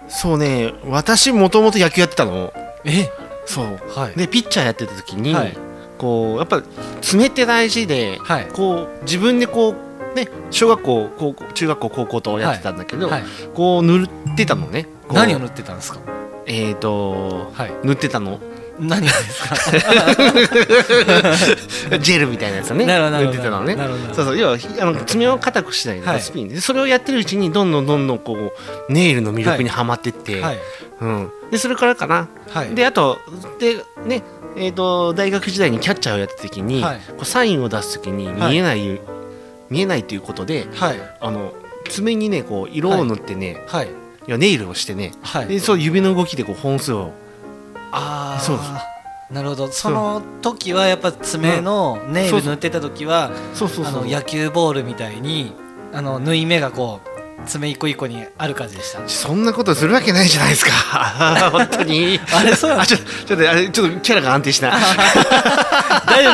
Speaker 3: そうね私もともと野球やってたの
Speaker 2: え
Speaker 3: そう
Speaker 2: はい
Speaker 3: でピッチャーやってた時に、
Speaker 2: はい
Speaker 3: こうやっぱ爪って大事で、
Speaker 2: はい
Speaker 3: こう自分でこうね小学校高校中学校高校とやってたんだけど、
Speaker 2: はい、
Speaker 3: こう塗ってたのねこう
Speaker 2: 何を塗ってたんですか
Speaker 3: えっ、と
Speaker 2: はい
Speaker 3: 塗ってたの
Speaker 2: 何がですか
Speaker 3: ジェルみたいなやつをね
Speaker 2: なるほどなる
Speaker 3: 塗
Speaker 2: ほ
Speaker 3: っ
Speaker 2: ど
Speaker 3: てたの ね
Speaker 2: なるほどなるほど
Speaker 3: そうそう要はひあの爪を硬くしないで、
Speaker 2: はい
Speaker 3: スピンでそれをやってるうちにどんどんどんどんこうネイルの魅力にはまってって、
Speaker 2: はい
Speaker 3: うん、でそれからかな
Speaker 2: はい
Speaker 3: であとでねえー、と大学時代にキャッチャーをやった時に、
Speaker 2: はい
Speaker 3: こうサインを出す時に見えない、見えないということで
Speaker 2: はい
Speaker 3: あの爪にねこう色を塗ってね、
Speaker 2: はい
Speaker 3: いやネイルをしてね、
Speaker 2: はい
Speaker 3: でそう指の動きでこう本数を
Speaker 2: ああ
Speaker 3: そう
Speaker 2: ですなるほどその時はやっぱ爪のネイ
Speaker 3: そう
Speaker 2: ル
Speaker 3: そう
Speaker 2: 塗ってた時は
Speaker 3: そうそう
Speaker 2: あ
Speaker 3: そ
Speaker 2: の
Speaker 3: う
Speaker 2: 野球ボールみたいにあの縫い目がこう爪一個一個にある感じで した
Speaker 3: そんなことするわけないじゃない ですか本当に
Speaker 2: あれそうなん
Speaker 3: あちょちょっとあれちょっとキャラが安定 しない
Speaker 2: 大丈夫で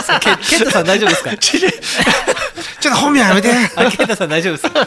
Speaker 2: すかケケンタさん大丈夫ですか
Speaker 3: ちょちょっと本名やめて
Speaker 2: あケンタさん大丈夫ですか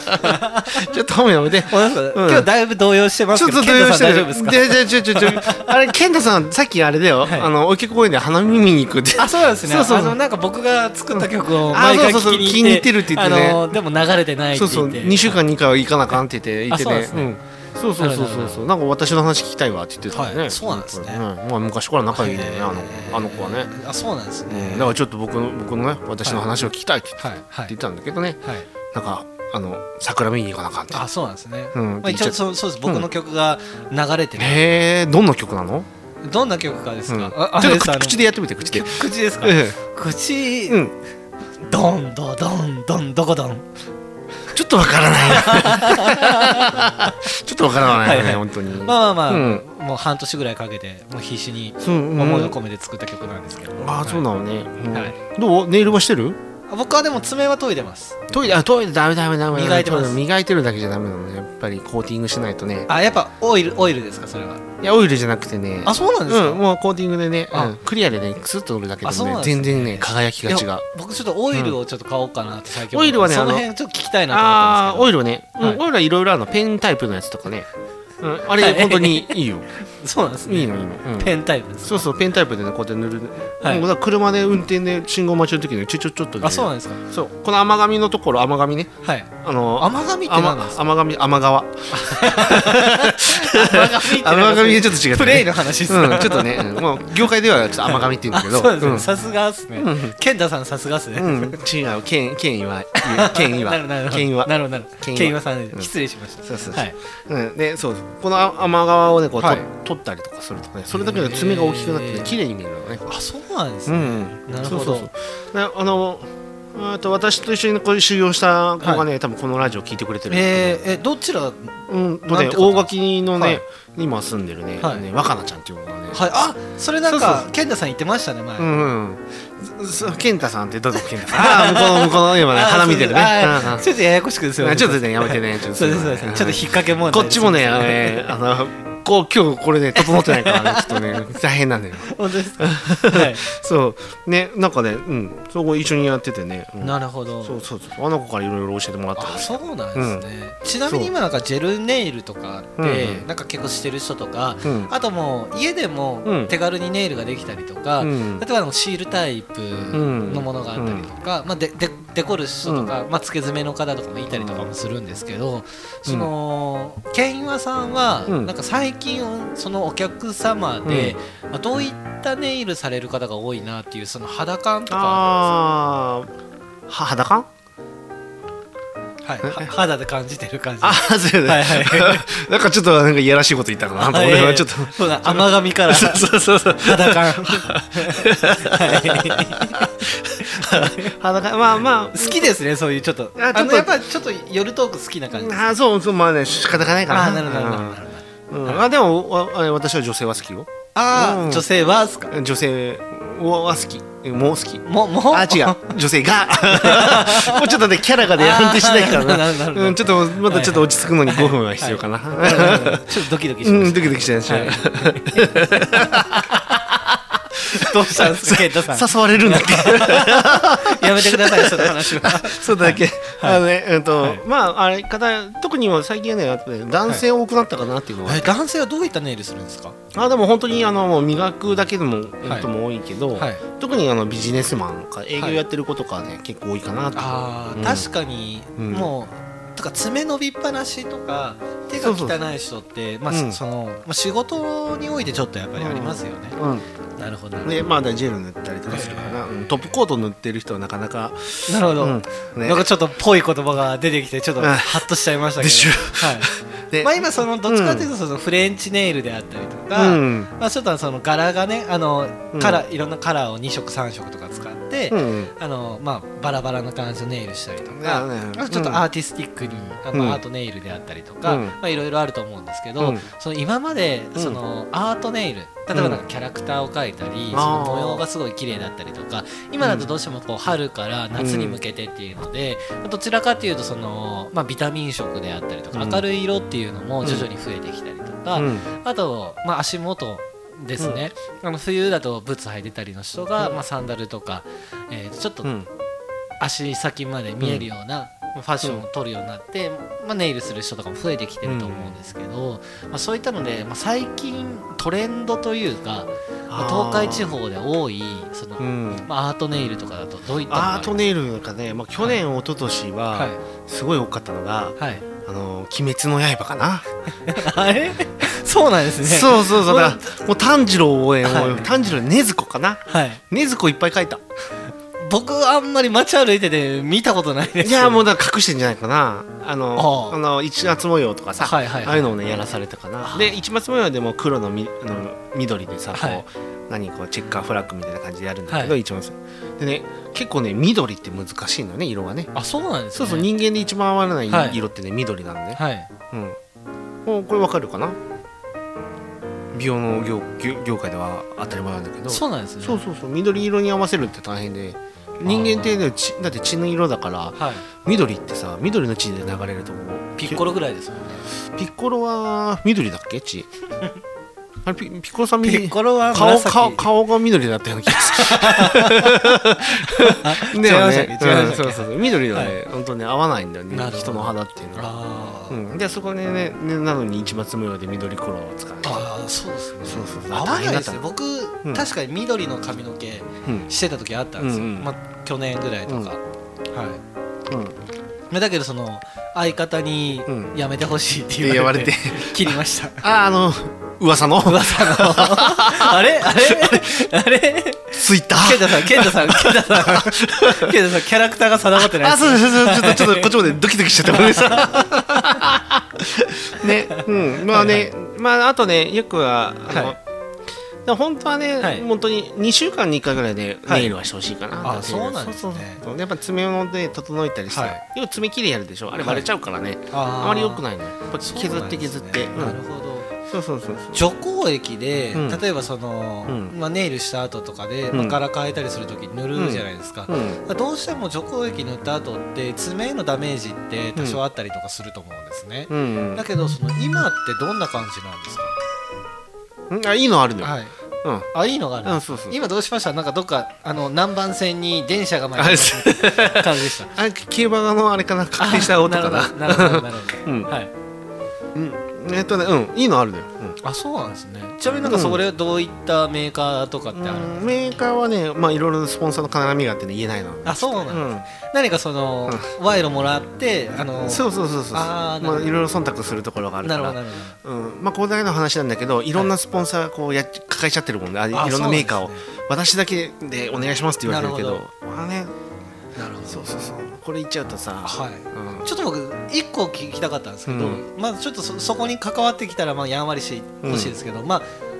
Speaker 3: ちょっと 本名やめて
Speaker 2: おなんか
Speaker 3: うん
Speaker 2: 今日だいぶ動揺してま
Speaker 3: ち
Speaker 2: す
Speaker 3: ょっ
Speaker 2: けど
Speaker 3: と
Speaker 2: ケ
Speaker 3: 動
Speaker 2: ン
Speaker 3: 揺
Speaker 2: タ
Speaker 3: し
Speaker 2: さん
Speaker 3: て
Speaker 2: 大丈夫ですか
Speaker 3: る。でちょちょちょ、あれ、健太さん、さっきあれだよ、
Speaker 2: はい
Speaker 3: あの、大き公園で花見に行くって。
Speaker 2: あそうなんですね
Speaker 3: そうそう
Speaker 2: あのなんか僕が作った曲を
Speaker 3: ん
Speaker 2: 毎
Speaker 3: あ
Speaker 2: 回
Speaker 3: そうそう
Speaker 2: 聞
Speaker 3: そう
Speaker 2: きに行って
Speaker 3: 気に入ってるって言ってね
Speaker 2: あのでも流れてないって
Speaker 3: そ
Speaker 2: 言
Speaker 3: う
Speaker 2: って
Speaker 3: そう、二週間に一回は行かなあかんって言って、言
Speaker 2: あ
Speaker 3: って
Speaker 2: そうなんで
Speaker 3: ね
Speaker 2: す
Speaker 3: う
Speaker 2: ね
Speaker 3: ん。そうそうそうそうそう、なんか私の話聞きたいわって言ってたよ
Speaker 2: は
Speaker 3: ね。
Speaker 2: いそうなんですね
Speaker 3: うん、まあ、昔から仲いいんだよね、あ
Speaker 2: へ、
Speaker 3: の
Speaker 2: ー
Speaker 3: あの子はね。
Speaker 2: あそうなんです
Speaker 3: う
Speaker 2: ね
Speaker 3: ん、だから、ちょっと僕の、僕のね、私の話を聞きたいって言って
Speaker 2: はいは
Speaker 3: 言って
Speaker 2: い
Speaker 3: たんだけどね、
Speaker 2: はい
Speaker 3: なんか、あの、桜見に行かなあかんって。
Speaker 2: あそうなんですね、
Speaker 3: うん
Speaker 2: まあ、一応そうそうです僕の曲が流れてる、
Speaker 3: へえ、どんな曲なの。
Speaker 2: どんな曲かです
Speaker 3: う
Speaker 2: か、
Speaker 3: ん
Speaker 2: ああ
Speaker 3: ちょっ
Speaker 2: れ
Speaker 3: と
Speaker 2: すあ
Speaker 3: 口
Speaker 2: の
Speaker 3: 口でやってみて、口で。
Speaker 2: 口ですか、
Speaker 3: え
Speaker 2: 口、
Speaker 3: えうん、
Speaker 2: どんどどんどんどこどん
Speaker 3: ちょっとわからない。 ちょっとわからないよね、本当に。
Speaker 2: まあまあまあ、
Speaker 3: うん
Speaker 2: もう半年ぐらいかけてもう必死に
Speaker 3: そう、うん
Speaker 2: 思いを込めて作った曲なんですけど、
Speaker 3: ああ、そう
Speaker 2: の
Speaker 3: なのね。うん
Speaker 2: はい
Speaker 3: どう、ネイルはしてる。
Speaker 2: 僕はでも爪は研いでます
Speaker 3: トイレ、あ、トイレ、だめだめだめ。
Speaker 2: 磨いてます
Speaker 3: 磨いてるだけじゃダメなのね、やっぱりコーティングしないとね。
Speaker 2: あやっぱオイルオイルですかそれはい
Speaker 3: や、オイルじゃなくてね。
Speaker 2: あそうなんですか、
Speaker 3: うん、もうコーティングでね、
Speaker 2: あ
Speaker 3: うんクリアでね、クスッと塗るだけで
Speaker 2: あそう
Speaker 3: も
Speaker 2: なん
Speaker 3: ね、
Speaker 2: ですね
Speaker 3: 全然ね、輝きが違
Speaker 2: いうや。僕ちょっとオイルをちょっと買おうかなって最近、
Speaker 3: オイルはね
Speaker 2: その
Speaker 3: あ
Speaker 2: 辺ちょっと聞きたいなと思
Speaker 3: ああ、オ
Speaker 2: って
Speaker 3: イルはね、うん
Speaker 2: はい
Speaker 3: オイルはいろいろあるの、ペンタイプのやつとかね。うん、あれ、
Speaker 2: はい
Speaker 3: 本当にいい よ。
Speaker 2: ますけどそうなんですね
Speaker 3: いいの、いいの。うん
Speaker 2: ペンタイプです
Speaker 3: そうそう、ペンタイプでね、こうやって塗る。
Speaker 2: はい
Speaker 3: もうだから車で運転で信号待ちの時に、ちょちょちょっとね。
Speaker 2: あそうなんですか
Speaker 3: そう、この甘髪のところ、甘髪ね。
Speaker 2: はい
Speaker 3: あの、
Speaker 2: 甘髪って何なんですか
Speaker 3: 甘神甘川
Speaker 2: 甘髪って
Speaker 3: 甘神がちょっと違ったね
Speaker 2: プレイの話ですか、
Speaker 3: うんちょっとね、うんもう業界ではちょっと甘神って言うんだ
Speaker 2: あ
Speaker 3: けど
Speaker 2: そうです
Speaker 3: う
Speaker 2: ね
Speaker 3: ん
Speaker 2: さすがっすね健太さんさすがっすね
Speaker 3: うん、違う権威権威は権威
Speaker 2: なるなる
Speaker 3: は
Speaker 2: な
Speaker 3: 権威
Speaker 2: る
Speaker 3: は
Speaker 2: なるなる
Speaker 3: 権威は
Speaker 2: ケイワさん
Speaker 3: うん
Speaker 2: 失礼しました
Speaker 3: そうそうそう
Speaker 2: はい
Speaker 3: うんでそうそうこのあ甘川をねこう、と
Speaker 2: はい
Speaker 3: 取ったりとかするとねそれだけで爪が大きくなって
Speaker 2: へ
Speaker 3: ね
Speaker 2: ー
Speaker 3: 綺麗に見えるのね
Speaker 2: あそうなんです
Speaker 3: う
Speaker 2: ね
Speaker 3: ん
Speaker 2: なるほど
Speaker 3: そうそうそうであのあと私と一緒にこう修行した子がね、多分このラジオ聞いてくれてるんだ
Speaker 2: え
Speaker 3: け
Speaker 2: ーえどちらはい
Speaker 3: ど、うんと
Speaker 2: なん
Speaker 3: ね
Speaker 2: て方
Speaker 3: 大垣のね、
Speaker 2: はい
Speaker 3: 今住んでるね,、
Speaker 2: はい
Speaker 3: ね若菜ちゃんっていう子がね、
Speaker 2: あそれなん
Speaker 3: そうそう
Speaker 2: か健太さん言ってましたね前
Speaker 3: うんうん。そそ健太さんってどの健太さ ん？ああ向こうの向こうの今ね
Speaker 2: あー
Speaker 3: 花見てるね。
Speaker 2: あー
Speaker 3: うんうん
Speaker 2: ちょっとややこしくですよね
Speaker 3: ちょっとねやめてね。ちょっと
Speaker 2: そうですそうですちょっと引っ掛け問題
Speaker 3: こっちもね
Speaker 2: です
Speaker 3: あのねあのこう今日これね整ってないからねちょっとね大変なんだよ。
Speaker 2: 本当 ですかはい
Speaker 3: そうねなんかねうんそこ一緒にやっててね。うん
Speaker 2: なるほど
Speaker 3: そうそうそうあの子からいろいろ教えてもらった
Speaker 2: あ
Speaker 3: から。
Speaker 2: そうなんですね、ちなみに今なんかジェルネイルとかっ
Speaker 3: うん
Speaker 2: て
Speaker 3: うん
Speaker 2: なんか結構してる人とか、
Speaker 3: うん
Speaker 2: あともう家でも手軽にネイルができたりとか、
Speaker 3: うん
Speaker 2: 例えばあのシールタイプのものがあったりとか、まあ、ででデコる人とか、まあ、付け爪の方とかもいたりとかもするんですけど、そのケンイワさんは
Speaker 3: うん
Speaker 2: なんか最近そのお客様で、まあ、どういったネイルされる方が多いなっていうその肌感とか
Speaker 3: ああは裸感？
Speaker 2: はい、は肌で感じてる感じ
Speaker 3: あーそうだ
Speaker 2: はい
Speaker 3: ね。
Speaker 2: はい
Speaker 3: なんかちょっとなんかいやらしいこと言ったかなと
Speaker 2: あ
Speaker 3: 俺
Speaker 2: いやい
Speaker 3: は
Speaker 2: や
Speaker 3: ちょっと。
Speaker 2: そうだ甘髪から
Speaker 3: そうそうそう。
Speaker 2: 肌 感はい
Speaker 3: 裸まあまあ
Speaker 2: 好きですねそういうちょっと
Speaker 3: あち
Speaker 2: あ
Speaker 3: ょっと
Speaker 2: のやっぱちょっと夜トーク好きな感じです
Speaker 3: あーそうそうまあね仕方がないから
Speaker 2: あなるほどなるほどなるほど
Speaker 3: うんうんあでもわあ私は女性は好きよ
Speaker 2: あー
Speaker 3: うん
Speaker 2: 女性はっすか
Speaker 3: 女性は好きもう好き
Speaker 2: ももう
Speaker 3: あ違う女性 がもうちょっとねキャラがね
Speaker 2: あー
Speaker 3: 安定しないから
Speaker 2: な
Speaker 3: な
Speaker 2: るほどなるほど
Speaker 3: うんちょっとまだちょっと落ち着くのに5分は必要かな
Speaker 2: ちょっとドキドキし
Speaker 3: う
Speaker 2: まし
Speaker 3: んドキドキしちゃうしちゃ
Speaker 2: は
Speaker 3: う
Speaker 2: いたどうしたんですか健太さん
Speaker 3: 誘われるんだっけ
Speaker 2: やめてくださいその話は
Speaker 3: そうだっけあのねうん
Speaker 2: は
Speaker 3: と
Speaker 2: い
Speaker 3: まああれ方特には最近はねやっぱね男性多くなったかなっていうのは
Speaker 2: え男性はどういったネイルするんですか
Speaker 3: あでも本当にあのもう磨くだけでもことも多いけど
Speaker 2: はい
Speaker 3: 特にあのビジネスマンとか営業やってる子とかね、結構多いかなって
Speaker 2: あー
Speaker 3: うん
Speaker 2: 確かに
Speaker 3: うん
Speaker 2: もうとか爪伸びっぱなしとか手が汚い人ってまあ
Speaker 3: うん
Speaker 2: そのまあ仕事においてちょっとやっぱりありますよね
Speaker 3: う
Speaker 2: なるほど
Speaker 3: ん、でまあだからジェル塗ったりとかするからな、うんトップコート塗ってる人はなかなか、
Speaker 2: なるほど、
Speaker 3: うんね
Speaker 2: なんかちょっとぽい言葉が出てきてちょっと
Speaker 3: うん
Speaker 2: ハッとしちゃいましたけど
Speaker 3: でしょ
Speaker 2: はい
Speaker 3: で
Speaker 2: まあ、今そのどっちかというとそのフレンチネイルであったりとか、
Speaker 3: うん
Speaker 2: まあ、ちょっとその柄がねあの
Speaker 3: うん
Speaker 2: カラーいろんなカラーを2色3色とか使って、で、
Speaker 3: うん
Speaker 2: あのまあ、バラバラな感じのネイルしたりとか、
Speaker 3: ね
Speaker 2: あとちょっとアーティスティックに、あ
Speaker 3: うん
Speaker 2: のアートネイルであったりとか、
Speaker 3: うん
Speaker 2: まあ、いろいろあると思うんですけど、
Speaker 3: うん
Speaker 2: その今まで
Speaker 3: うん
Speaker 2: そのアートネイル例えばなんかキャラクターを描いたり、その模様がすごい綺麗だったりとか今だとどうしてもこう春から夏に向けてっていうので、どちらかというとその、まあ、ビタミン色であったりとか、
Speaker 3: うん
Speaker 2: 明るい色っていうのも徐々に増えてきたりとか、
Speaker 3: うん
Speaker 2: あと、まあ、足元ですね、あの冬だとブーツ履いてたりの人が、まあ、サンダルとか、えーちょっと
Speaker 3: うん
Speaker 2: 足先まで見えるようなまあファッションを取るようになって、まあ、ネイルする人とかも増えてきてると思うんですけど、まあ、そういったので、まあ、最近トレンドというか、まあ
Speaker 3: あー
Speaker 2: 東海地方で多いその、
Speaker 3: うん
Speaker 2: まあ、アートネイルとかだとどういったのが
Speaker 3: ア
Speaker 2: あ
Speaker 3: ー
Speaker 2: る
Speaker 3: トネイルなんかね、まあ、去年、一昨年
Speaker 2: はい
Speaker 3: はすごい多かったのが
Speaker 2: はい
Speaker 3: 「あの鬼滅の刃」かな
Speaker 2: あれ そうなんですねう
Speaker 3: そうそうそう だからもう炭治郎を応援
Speaker 2: はい
Speaker 3: を炭治郎禰豆子かな
Speaker 2: はい
Speaker 3: 禰豆子いっぱい書いた
Speaker 2: 僕あんまり街歩いてて見たことないです
Speaker 3: いやもうだから隠してんじゃないかなあの
Speaker 2: ああ
Speaker 3: あの一月模様とかさ、
Speaker 2: はいはいはい
Speaker 3: ああいうのをねやらされたかなで一月模様でも黒のみあの緑でさ、
Speaker 2: はい
Speaker 3: こう何こうチェッカーフラッグみたいな感じでやるんだけど、
Speaker 2: はい
Speaker 3: 一松でね結構ね緑って難しいのね色がね
Speaker 2: あそうなんです
Speaker 3: そ
Speaker 2: ね
Speaker 3: うそう人間で一番合わない
Speaker 2: はい
Speaker 3: 色ってね、緑なんで、
Speaker 2: はい
Speaker 3: うんもうこれわかるかな美容の業業業界では当たり前なんだけど
Speaker 2: そうなんですね
Speaker 3: そうそうそう緑色に合わせるって大変で人間ってねちだって血の色だから
Speaker 2: はい
Speaker 3: 緑ってさ緑の血で流れるとこ
Speaker 2: ピッコロぐらいですもんね
Speaker 3: ピッコロは緑だっ け血あれピピッコロさん緑
Speaker 2: ロは
Speaker 3: 顔顔顔が緑だったような気がす るでも
Speaker 2: 違いま
Speaker 3: ね
Speaker 2: したっけ違いま
Speaker 3: うん
Speaker 2: したっけ
Speaker 3: そうそうそう緑はね、本当ね合わないんだよ
Speaker 2: な
Speaker 3: ね
Speaker 2: るほど
Speaker 3: 人の肌っていうのは、
Speaker 2: あ
Speaker 3: う
Speaker 2: ー、
Speaker 3: ん、でそこでねねなのに一抹無用で緑コロを使う
Speaker 2: あーそうですね
Speaker 3: そうそうそう
Speaker 2: 合わないですね
Speaker 3: 大変だっ
Speaker 2: 僕、
Speaker 3: ん
Speaker 2: 確かに緑の髪の毛
Speaker 3: たうん
Speaker 2: してた時あったんですよ、
Speaker 3: うんうん
Speaker 2: まあ、去年ぐらいとか、
Speaker 3: うん
Speaker 2: は
Speaker 3: うん
Speaker 2: いだけどその相方に
Speaker 3: うん
Speaker 2: やめてほしいって
Speaker 3: って
Speaker 2: 言
Speaker 3: 言
Speaker 2: わ
Speaker 3: わ
Speaker 2: れ
Speaker 3: れ
Speaker 2: て
Speaker 3: て
Speaker 2: 切りました
Speaker 3: ああの噂の噂の
Speaker 2: あれあれあれ
Speaker 3: ツイッタ
Speaker 2: ケン
Speaker 3: ー
Speaker 2: タさんケンタさんケンタ さんケンタさんキャラクターが定まってない
Speaker 3: あ
Speaker 2: です
Speaker 3: そうですそうですちょっとちょっとこっちまでドキドキしちゃってごめん なさいねうんまあね、まああとねよくはあの、
Speaker 2: はい
Speaker 3: だから本当はね、
Speaker 2: はい
Speaker 3: 本当に2週間に1回ぐらいで
Speaker 2: はい
Speaker 3: ネイルはしてほしいかな、
Speaker 2: あそうなんですね
Speaker 3: そうそうやっぱ爪をね整えたりして、
Speaker 2: はい
Speaker 3: 要は爪切りやるでしょあれ割れちゃうからね、
Speaker 2: あ
Speaker 3: あまり良く
Speaker 2: い
Speaker 3: ないねやっぱ削って削ってうん
Speaker 2: なるほど
Speaker 3: そうそうそうそう
Speaker 2: 除光液で、
Speaker 3: うん
Speaker 2: 例えばその、
Speaker 3: うん
Speaker 2: まあ、ネイルした後とかで、
Speaker 3: うん
Speaker 2: まあ、柄変えたりする時に塗るじゃないですか、
Speaker 3: うん
Speaker 2: どうしても除光液塗った後って爪へのダメージって多少あったりとかすると思うんですね、
Speaker 3: うん
Speaker 2: だけどその今ってどんな感じなんですか、
Speaker 3: うん、あいいのあるのよ、
Speaker 2: はい、
Speaker 3: うん
Speaker 2: あいいのがあるんです
Speaker 3: うんそうそう
Speaker 2: 今どうしましたなんかどっかあの南蛮線に電車が前に
Speaker 3: あれ
Speaker 2: 感じでした
Speaker 3: あれ競馬のあれかな確定した音かな
Speaker 2: あなるほどなるほど、
Speaker 3: うん
Speaker 2: はい、
Speaker 3: うんえっとねうんいいのあるのよ、うん
Speaker 2: あそうなんですねちなみになんかそれはどういったメーカーとかってあるんですか、
Speaker 3: メーカーはね、まあ、いろいろスポンサーの絡みがあってね言えないの、
Speaker 2: あそうなんですね
Speaker 3: うん、
Speaker 2: 何かその、賄賂もらってあの
Speaker 3: そうそうそうそう
Speaker 2: あーなるほ
Speaker 3: ま
Speaker 2: ど
Speaker 3: あ、いろいろ忖度するところがあるか
Speaker 2: なるほどな
Speaker 3: ら
Speaker 2: るほ
Speaker 3: うんまあ、これだけの話なんだけどいろんなスポンサーがこうやっ抱えちゃってるもんねあい
Speaker 2: どあ
Speaker 3: ろんなメーカー
Speaker 2: そ
Speaker 3: を、
Speaker 2: うなんですね
Speaker 3: 私だけでお願いしますって言われてるけ
Speaker 2: な
Speaker 3: ど
Speaker 2: る
Speaker 3: まあね
Speaker 2: なるほど
Speaker 3: そうそうそうこれ言っちゃうとさ、
Speaker 2: はい
Speaker 3: うん
Speaker 2: ちょっと僕1個聞きたかったんですけど、
Speaker 3: う
Speaker 2: まあちょっとそそこに関わってきたらまあやんわりしてほしいですけど、まあ
Speaker 3: うん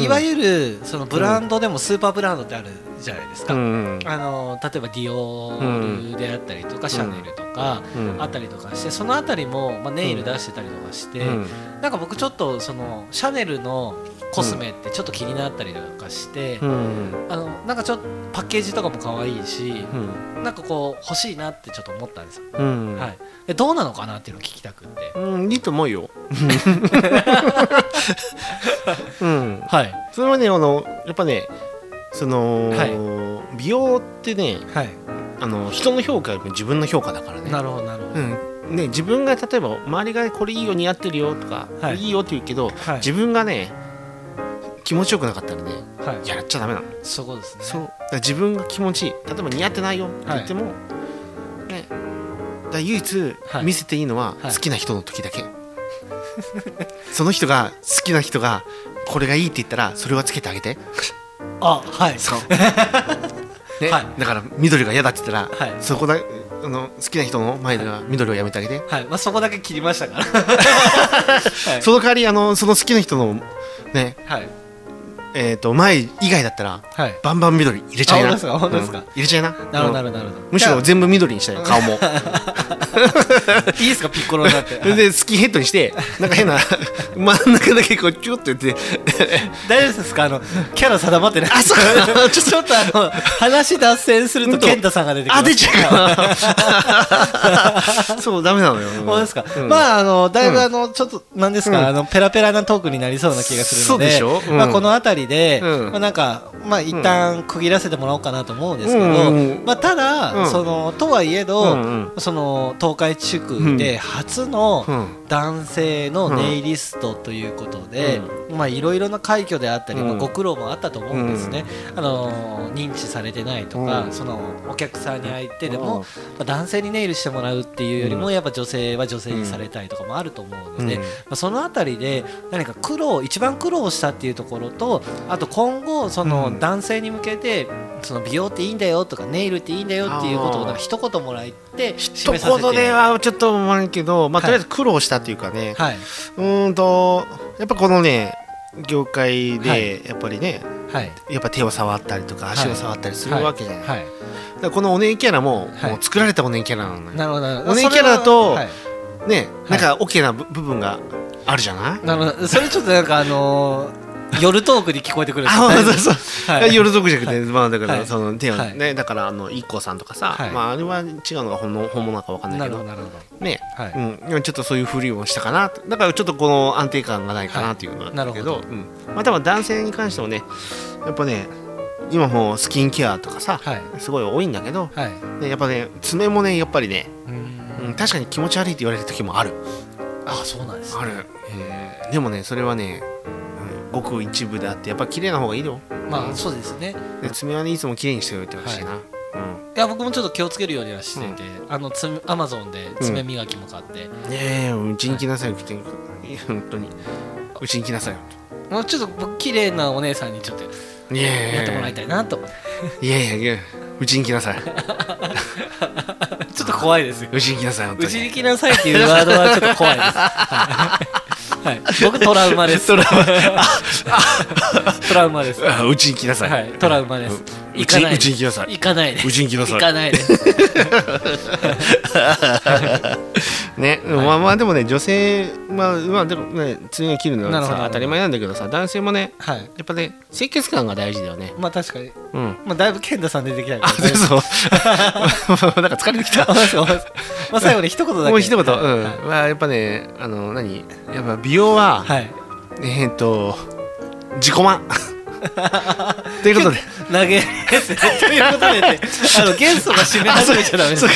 Speaker 2: いわゆるそのブランドでもスーパーブランドってあるじゃないですか、
Speaker 3: うん
Speaker 2: あの例えばディオールであったりとか、シャネルとか
Speaker 3: うん
Speaker 2: あったりとかしてそのあたりも、まあ、ネイル出してたりとかして、
Speaker 3: うん
Speaker 2: なんか僕ちょっとそのシャネルのコスメってちょっと気になったりとかして、
Speaker 3: うん
Speaker 2: あのなんかちょっとパッケージとかも可愛いし
Speaker 3: うん
Speaker 2: なんかこう欲しいなってちょっと思ったんですよ、
Speaker 3: うん
Speaker 2: はい、でどうなのかなっていうのを聞きたくって
Speaker 3: うんいいと思う ようん
Speaker 2: はい
Speaker 3: それはねあのやっぱねその、
Speaker 2: は
Speaker 3: 美容ってね
Speaker 2: はい
Speaker 3: あの人の評価よりも自分の評価だからね
Speaker 2: なるほどなるほど、
Speaker 3: うんね、自分が例えば周りがこれいいよ似合ってるよとか、
Speaker 2: はい
Speaker 3: い、いよって言うけど、
Speaker 2: はい
Speaker 3: 自分がね気持ちよくなかったらね
Speaker 2: はい
Speaker 3: やっちゃダメなの、
Speaker 2: そういうことですね
Speaker 3: そうだから自分が気持ちいい例えば似合ってないよって言っても、ね、だから唯一
Speaker 2: はい
Speaker 3: 見せていいのは
Speaker 2: はい
Speaker 3: 好きな人の時だけ、 その人が好きな人がこれがいいって言ったらそれはつけてあげて
Speaker 2: あはい
Speaker 3: そうね
Speaker 2: はい
Speaker 3: だから緑が嫌だって言った
Speaker 2: は
Speaker 3: ら、
Speaker 2: い
Speaker 3: そこだあの好きな人の前では緑をやめてあげて、
Speaker 2: はいまあ、そこだけ切りました からはい
Speaker 3: その代わりあのその好きな人のね
Speaker 2: はい
Speaker 3: えっ、と前以外だったら
Speaker 2: はい
Speaker 3: バンバン緑入れちゃいな
Speaker 2: あ本当ですか本当ですか
Speaker 3: うん入れちゃいな
Speaker 2: なるほどな
Speaker 3: うん
Speaker 2: るほどなるほど
Speaker 3: むしろ全部緑にしたい 顔も
Speaker 2: いいですかピッコロになって
Speaker 3: それでスキンヘッドにしてなんか 変な真ん中だけこうキュッてやって
Speaker 2: 大丈夫ですかあのキャラ定まってない
Speaker 3: あそう
Speaker 2: ちょっとあの話脱線すると健太さんが出てきます
Speaker 3: あ出ちゃうか そうダメなのよ
Speaker 2: 本当ですか、
Speaker 3: うん
Speaker 2: まああのだいぶあの、ちょっとなんですか、
Speaker 3: うん
Speaker 2: あのペラペラなトークになりそうな気がするので
Speaker 3: そうでしょうん
Speaker 2: まあ、この辺りで、
Speaker 3: うん
Speaker 2: まあ、なんかまあ一旦区切らせてもらおうかなと思うんですけど、
Speaker 3: うんうん
Speaker 2: まあ、ただ、
Speaker 3: うん
Speaker 2: そのとはいえど、
Speaker 3: うん
Speaker 2: その東海地区で初の、
Speaker 3: うん
Speaker 2: 男性のネイリストということで、まあいろいろな快挙であったり、まあ
Speaker 3: うん
Speaker 2: ご苦労もあったと思うんですね、あのー認知されてないとか、
Speaker 3: うん
Speaker 2: そのお客さんに相手で
Speaker 3: うん
Speaker 2: も、まあ、男性にネイルしてもらうっていうよりも、やっぱ女性は女性にされたりとかもあると思うので、
Speaker 3: うん
Speaker 2: まあ、そのあたりで何か苦労一番苦労したっていうところとあと今後そうの
Speaker 3: ん
Speaker 2: 男性に向けて、その美容っていいんだよとかネイルっていいんだよっていうことをなんか一言もらって
Speaker 3: と
Speaker 2: 示さ
Speaker 3: こ
Speaker 2: せて
Speaker 3: ろではちょっと思わんけど、まあ、とりあえず苦労したっていうかね、
Speaker 2: はいう
Speaker 3: ーんとやっぱこのね業界
Speaker 2: は
Speaker 3: で
Speaker 2: い
Speaker 3: やっぱりね、
Speaker 2: はい
Speaker 3: やっぱ手を触ったりとか
Speaker 2: い
Speaker 3: 足を触ったりするわけじゃない、
Speaker 2: はいはい
Speaker 3: だからこのおねえキャラも,、
Speaker 2: はい
Speaker 3: もう作られたおねえキャラなのよ
Speaker 2: なるほどなるほど
Speaker 3: お姉キャラだ
Speaker 2: そ
Speaker 3: と
Speaker 2: れは
Speaker 3: ね
Speaker 2: は
Speaker 3: ないんかオッケーな部部分があるじゃない、
Speaker 2: いなるほどそれちょっとなんかあのー夜トークに聞こえてくるんですよ
Speaker 3: あ
Speaker 2: 大丈
Speaker 3: そう
Speaker 2: 夫
Speaker 3: そう
Speaker 2: はい
Speaker 3: 夜族じゃなくて、まあだから、
Speaker 2: はい
Speaker 3: その手を
Speaker 2: はい
Speaker 3: ね、だからあの IKKO さんとかさ、
Speaker 2: はい
Speaker 3: まああれは違うのが本物本物なのかわかんない
Speaker 2: な
Speaker 3: け
Speaker 2: る
Speaker 3: ど
Speaker 2: ほどなるほ
Speaker 3: ね、
Speaker 2: はい
Speaker 3: うんでもちょっとそういうふりをしたかなとだからちょっとこの安定感がないかなっていうのは
Speaker 2: なる
Speaker 3: け
Speaker 2: ほ
Speaker 3: ど,、
Speaker 2: ど
Speaker 3: うんまあ多分男性に関してもねやっぱね今もうスキンケアとかさ、
Speaker 2: どはい
Speaker 3: すごい多いんだけど、
Speaker 2: はい
Speaker 3: ね、やっぱね爪もねやっぱりね、
Speaker 2: うーん
Speaker 3: うん、確かに気持ち悪いって言われる時もある
Speaker 2: あそうなんですね
Speaker 3: ある、うんでもねそれはね、うん、ごく一部であってやっぱ綺麗な方がいいよ
Speaker 2: まあそうですね
Speaker 3: で爪はねいつも綺麗にしておいてほしいな、
Speaker 2: いや僕もちょっと気をつけるようにはしててあのつアマゾンで爪磨きも買って
Speaker 3: うんねえうちに来なさい、うちに本当にうちに来なさい
Speaker 2: もうちょっと僕綺麗なお姉さんにちょっと
Speaker 3: いや
Speaker 2: やってもらいたいなと
Speaker 3: いやいやいやうちに来なさい
Speaker 2: ちょっと怖い ですよ
Speaker 3: うちに来なさい本当
Speaker 2: う
Speaker 3: に
Speaker 2: ちに来なさいっていうワードはちょっと怖いです はいはい僕トラウマですトラ ウマです
Speaker 3: あうちに来なさい、
Speaker 2: はい、トラウマです。
Speaker 3: う
Speaker 2: 行かないう
Speaker 3: ちにうちに来なさい
Speaker 2: 行かないです。
Speaker 3: うちに来なさい
Speaker 2: 行かないです。
Speaker 3: ね、まあまあでもね女性まあまあでもね爪を切るの
Speaker 2: な
Speaker 3: は
Speaker 2: るほど
Speaker 3: さ当たり前なんだけどさ男性もね
Speaker 2: はい。
Speaker 3: やっぱね清潔感が大事だよね
Speaker 2: まあ確かに、
Speaker 3: うん
Speaker 2: まあだいぶ健太さん出てきた
Speaker 3: あ
Speaker 2: からね
Speaker 3: そう なんか疲れてきた
Speaker 2: あ そうそう まあ最後に一言だけ。
Speaker 3: もう一言、うん
Speaker 2: はい
Speaker 3: まあ、やっぱねあの何やっぱ美容は、
Speaker 2: はい。
Speaker 3: えっ、と 自己満ということで
Speaker 2: 投げですね。ということでね、あ のゲストが締め始めちゃダメです。
Speaker 3: も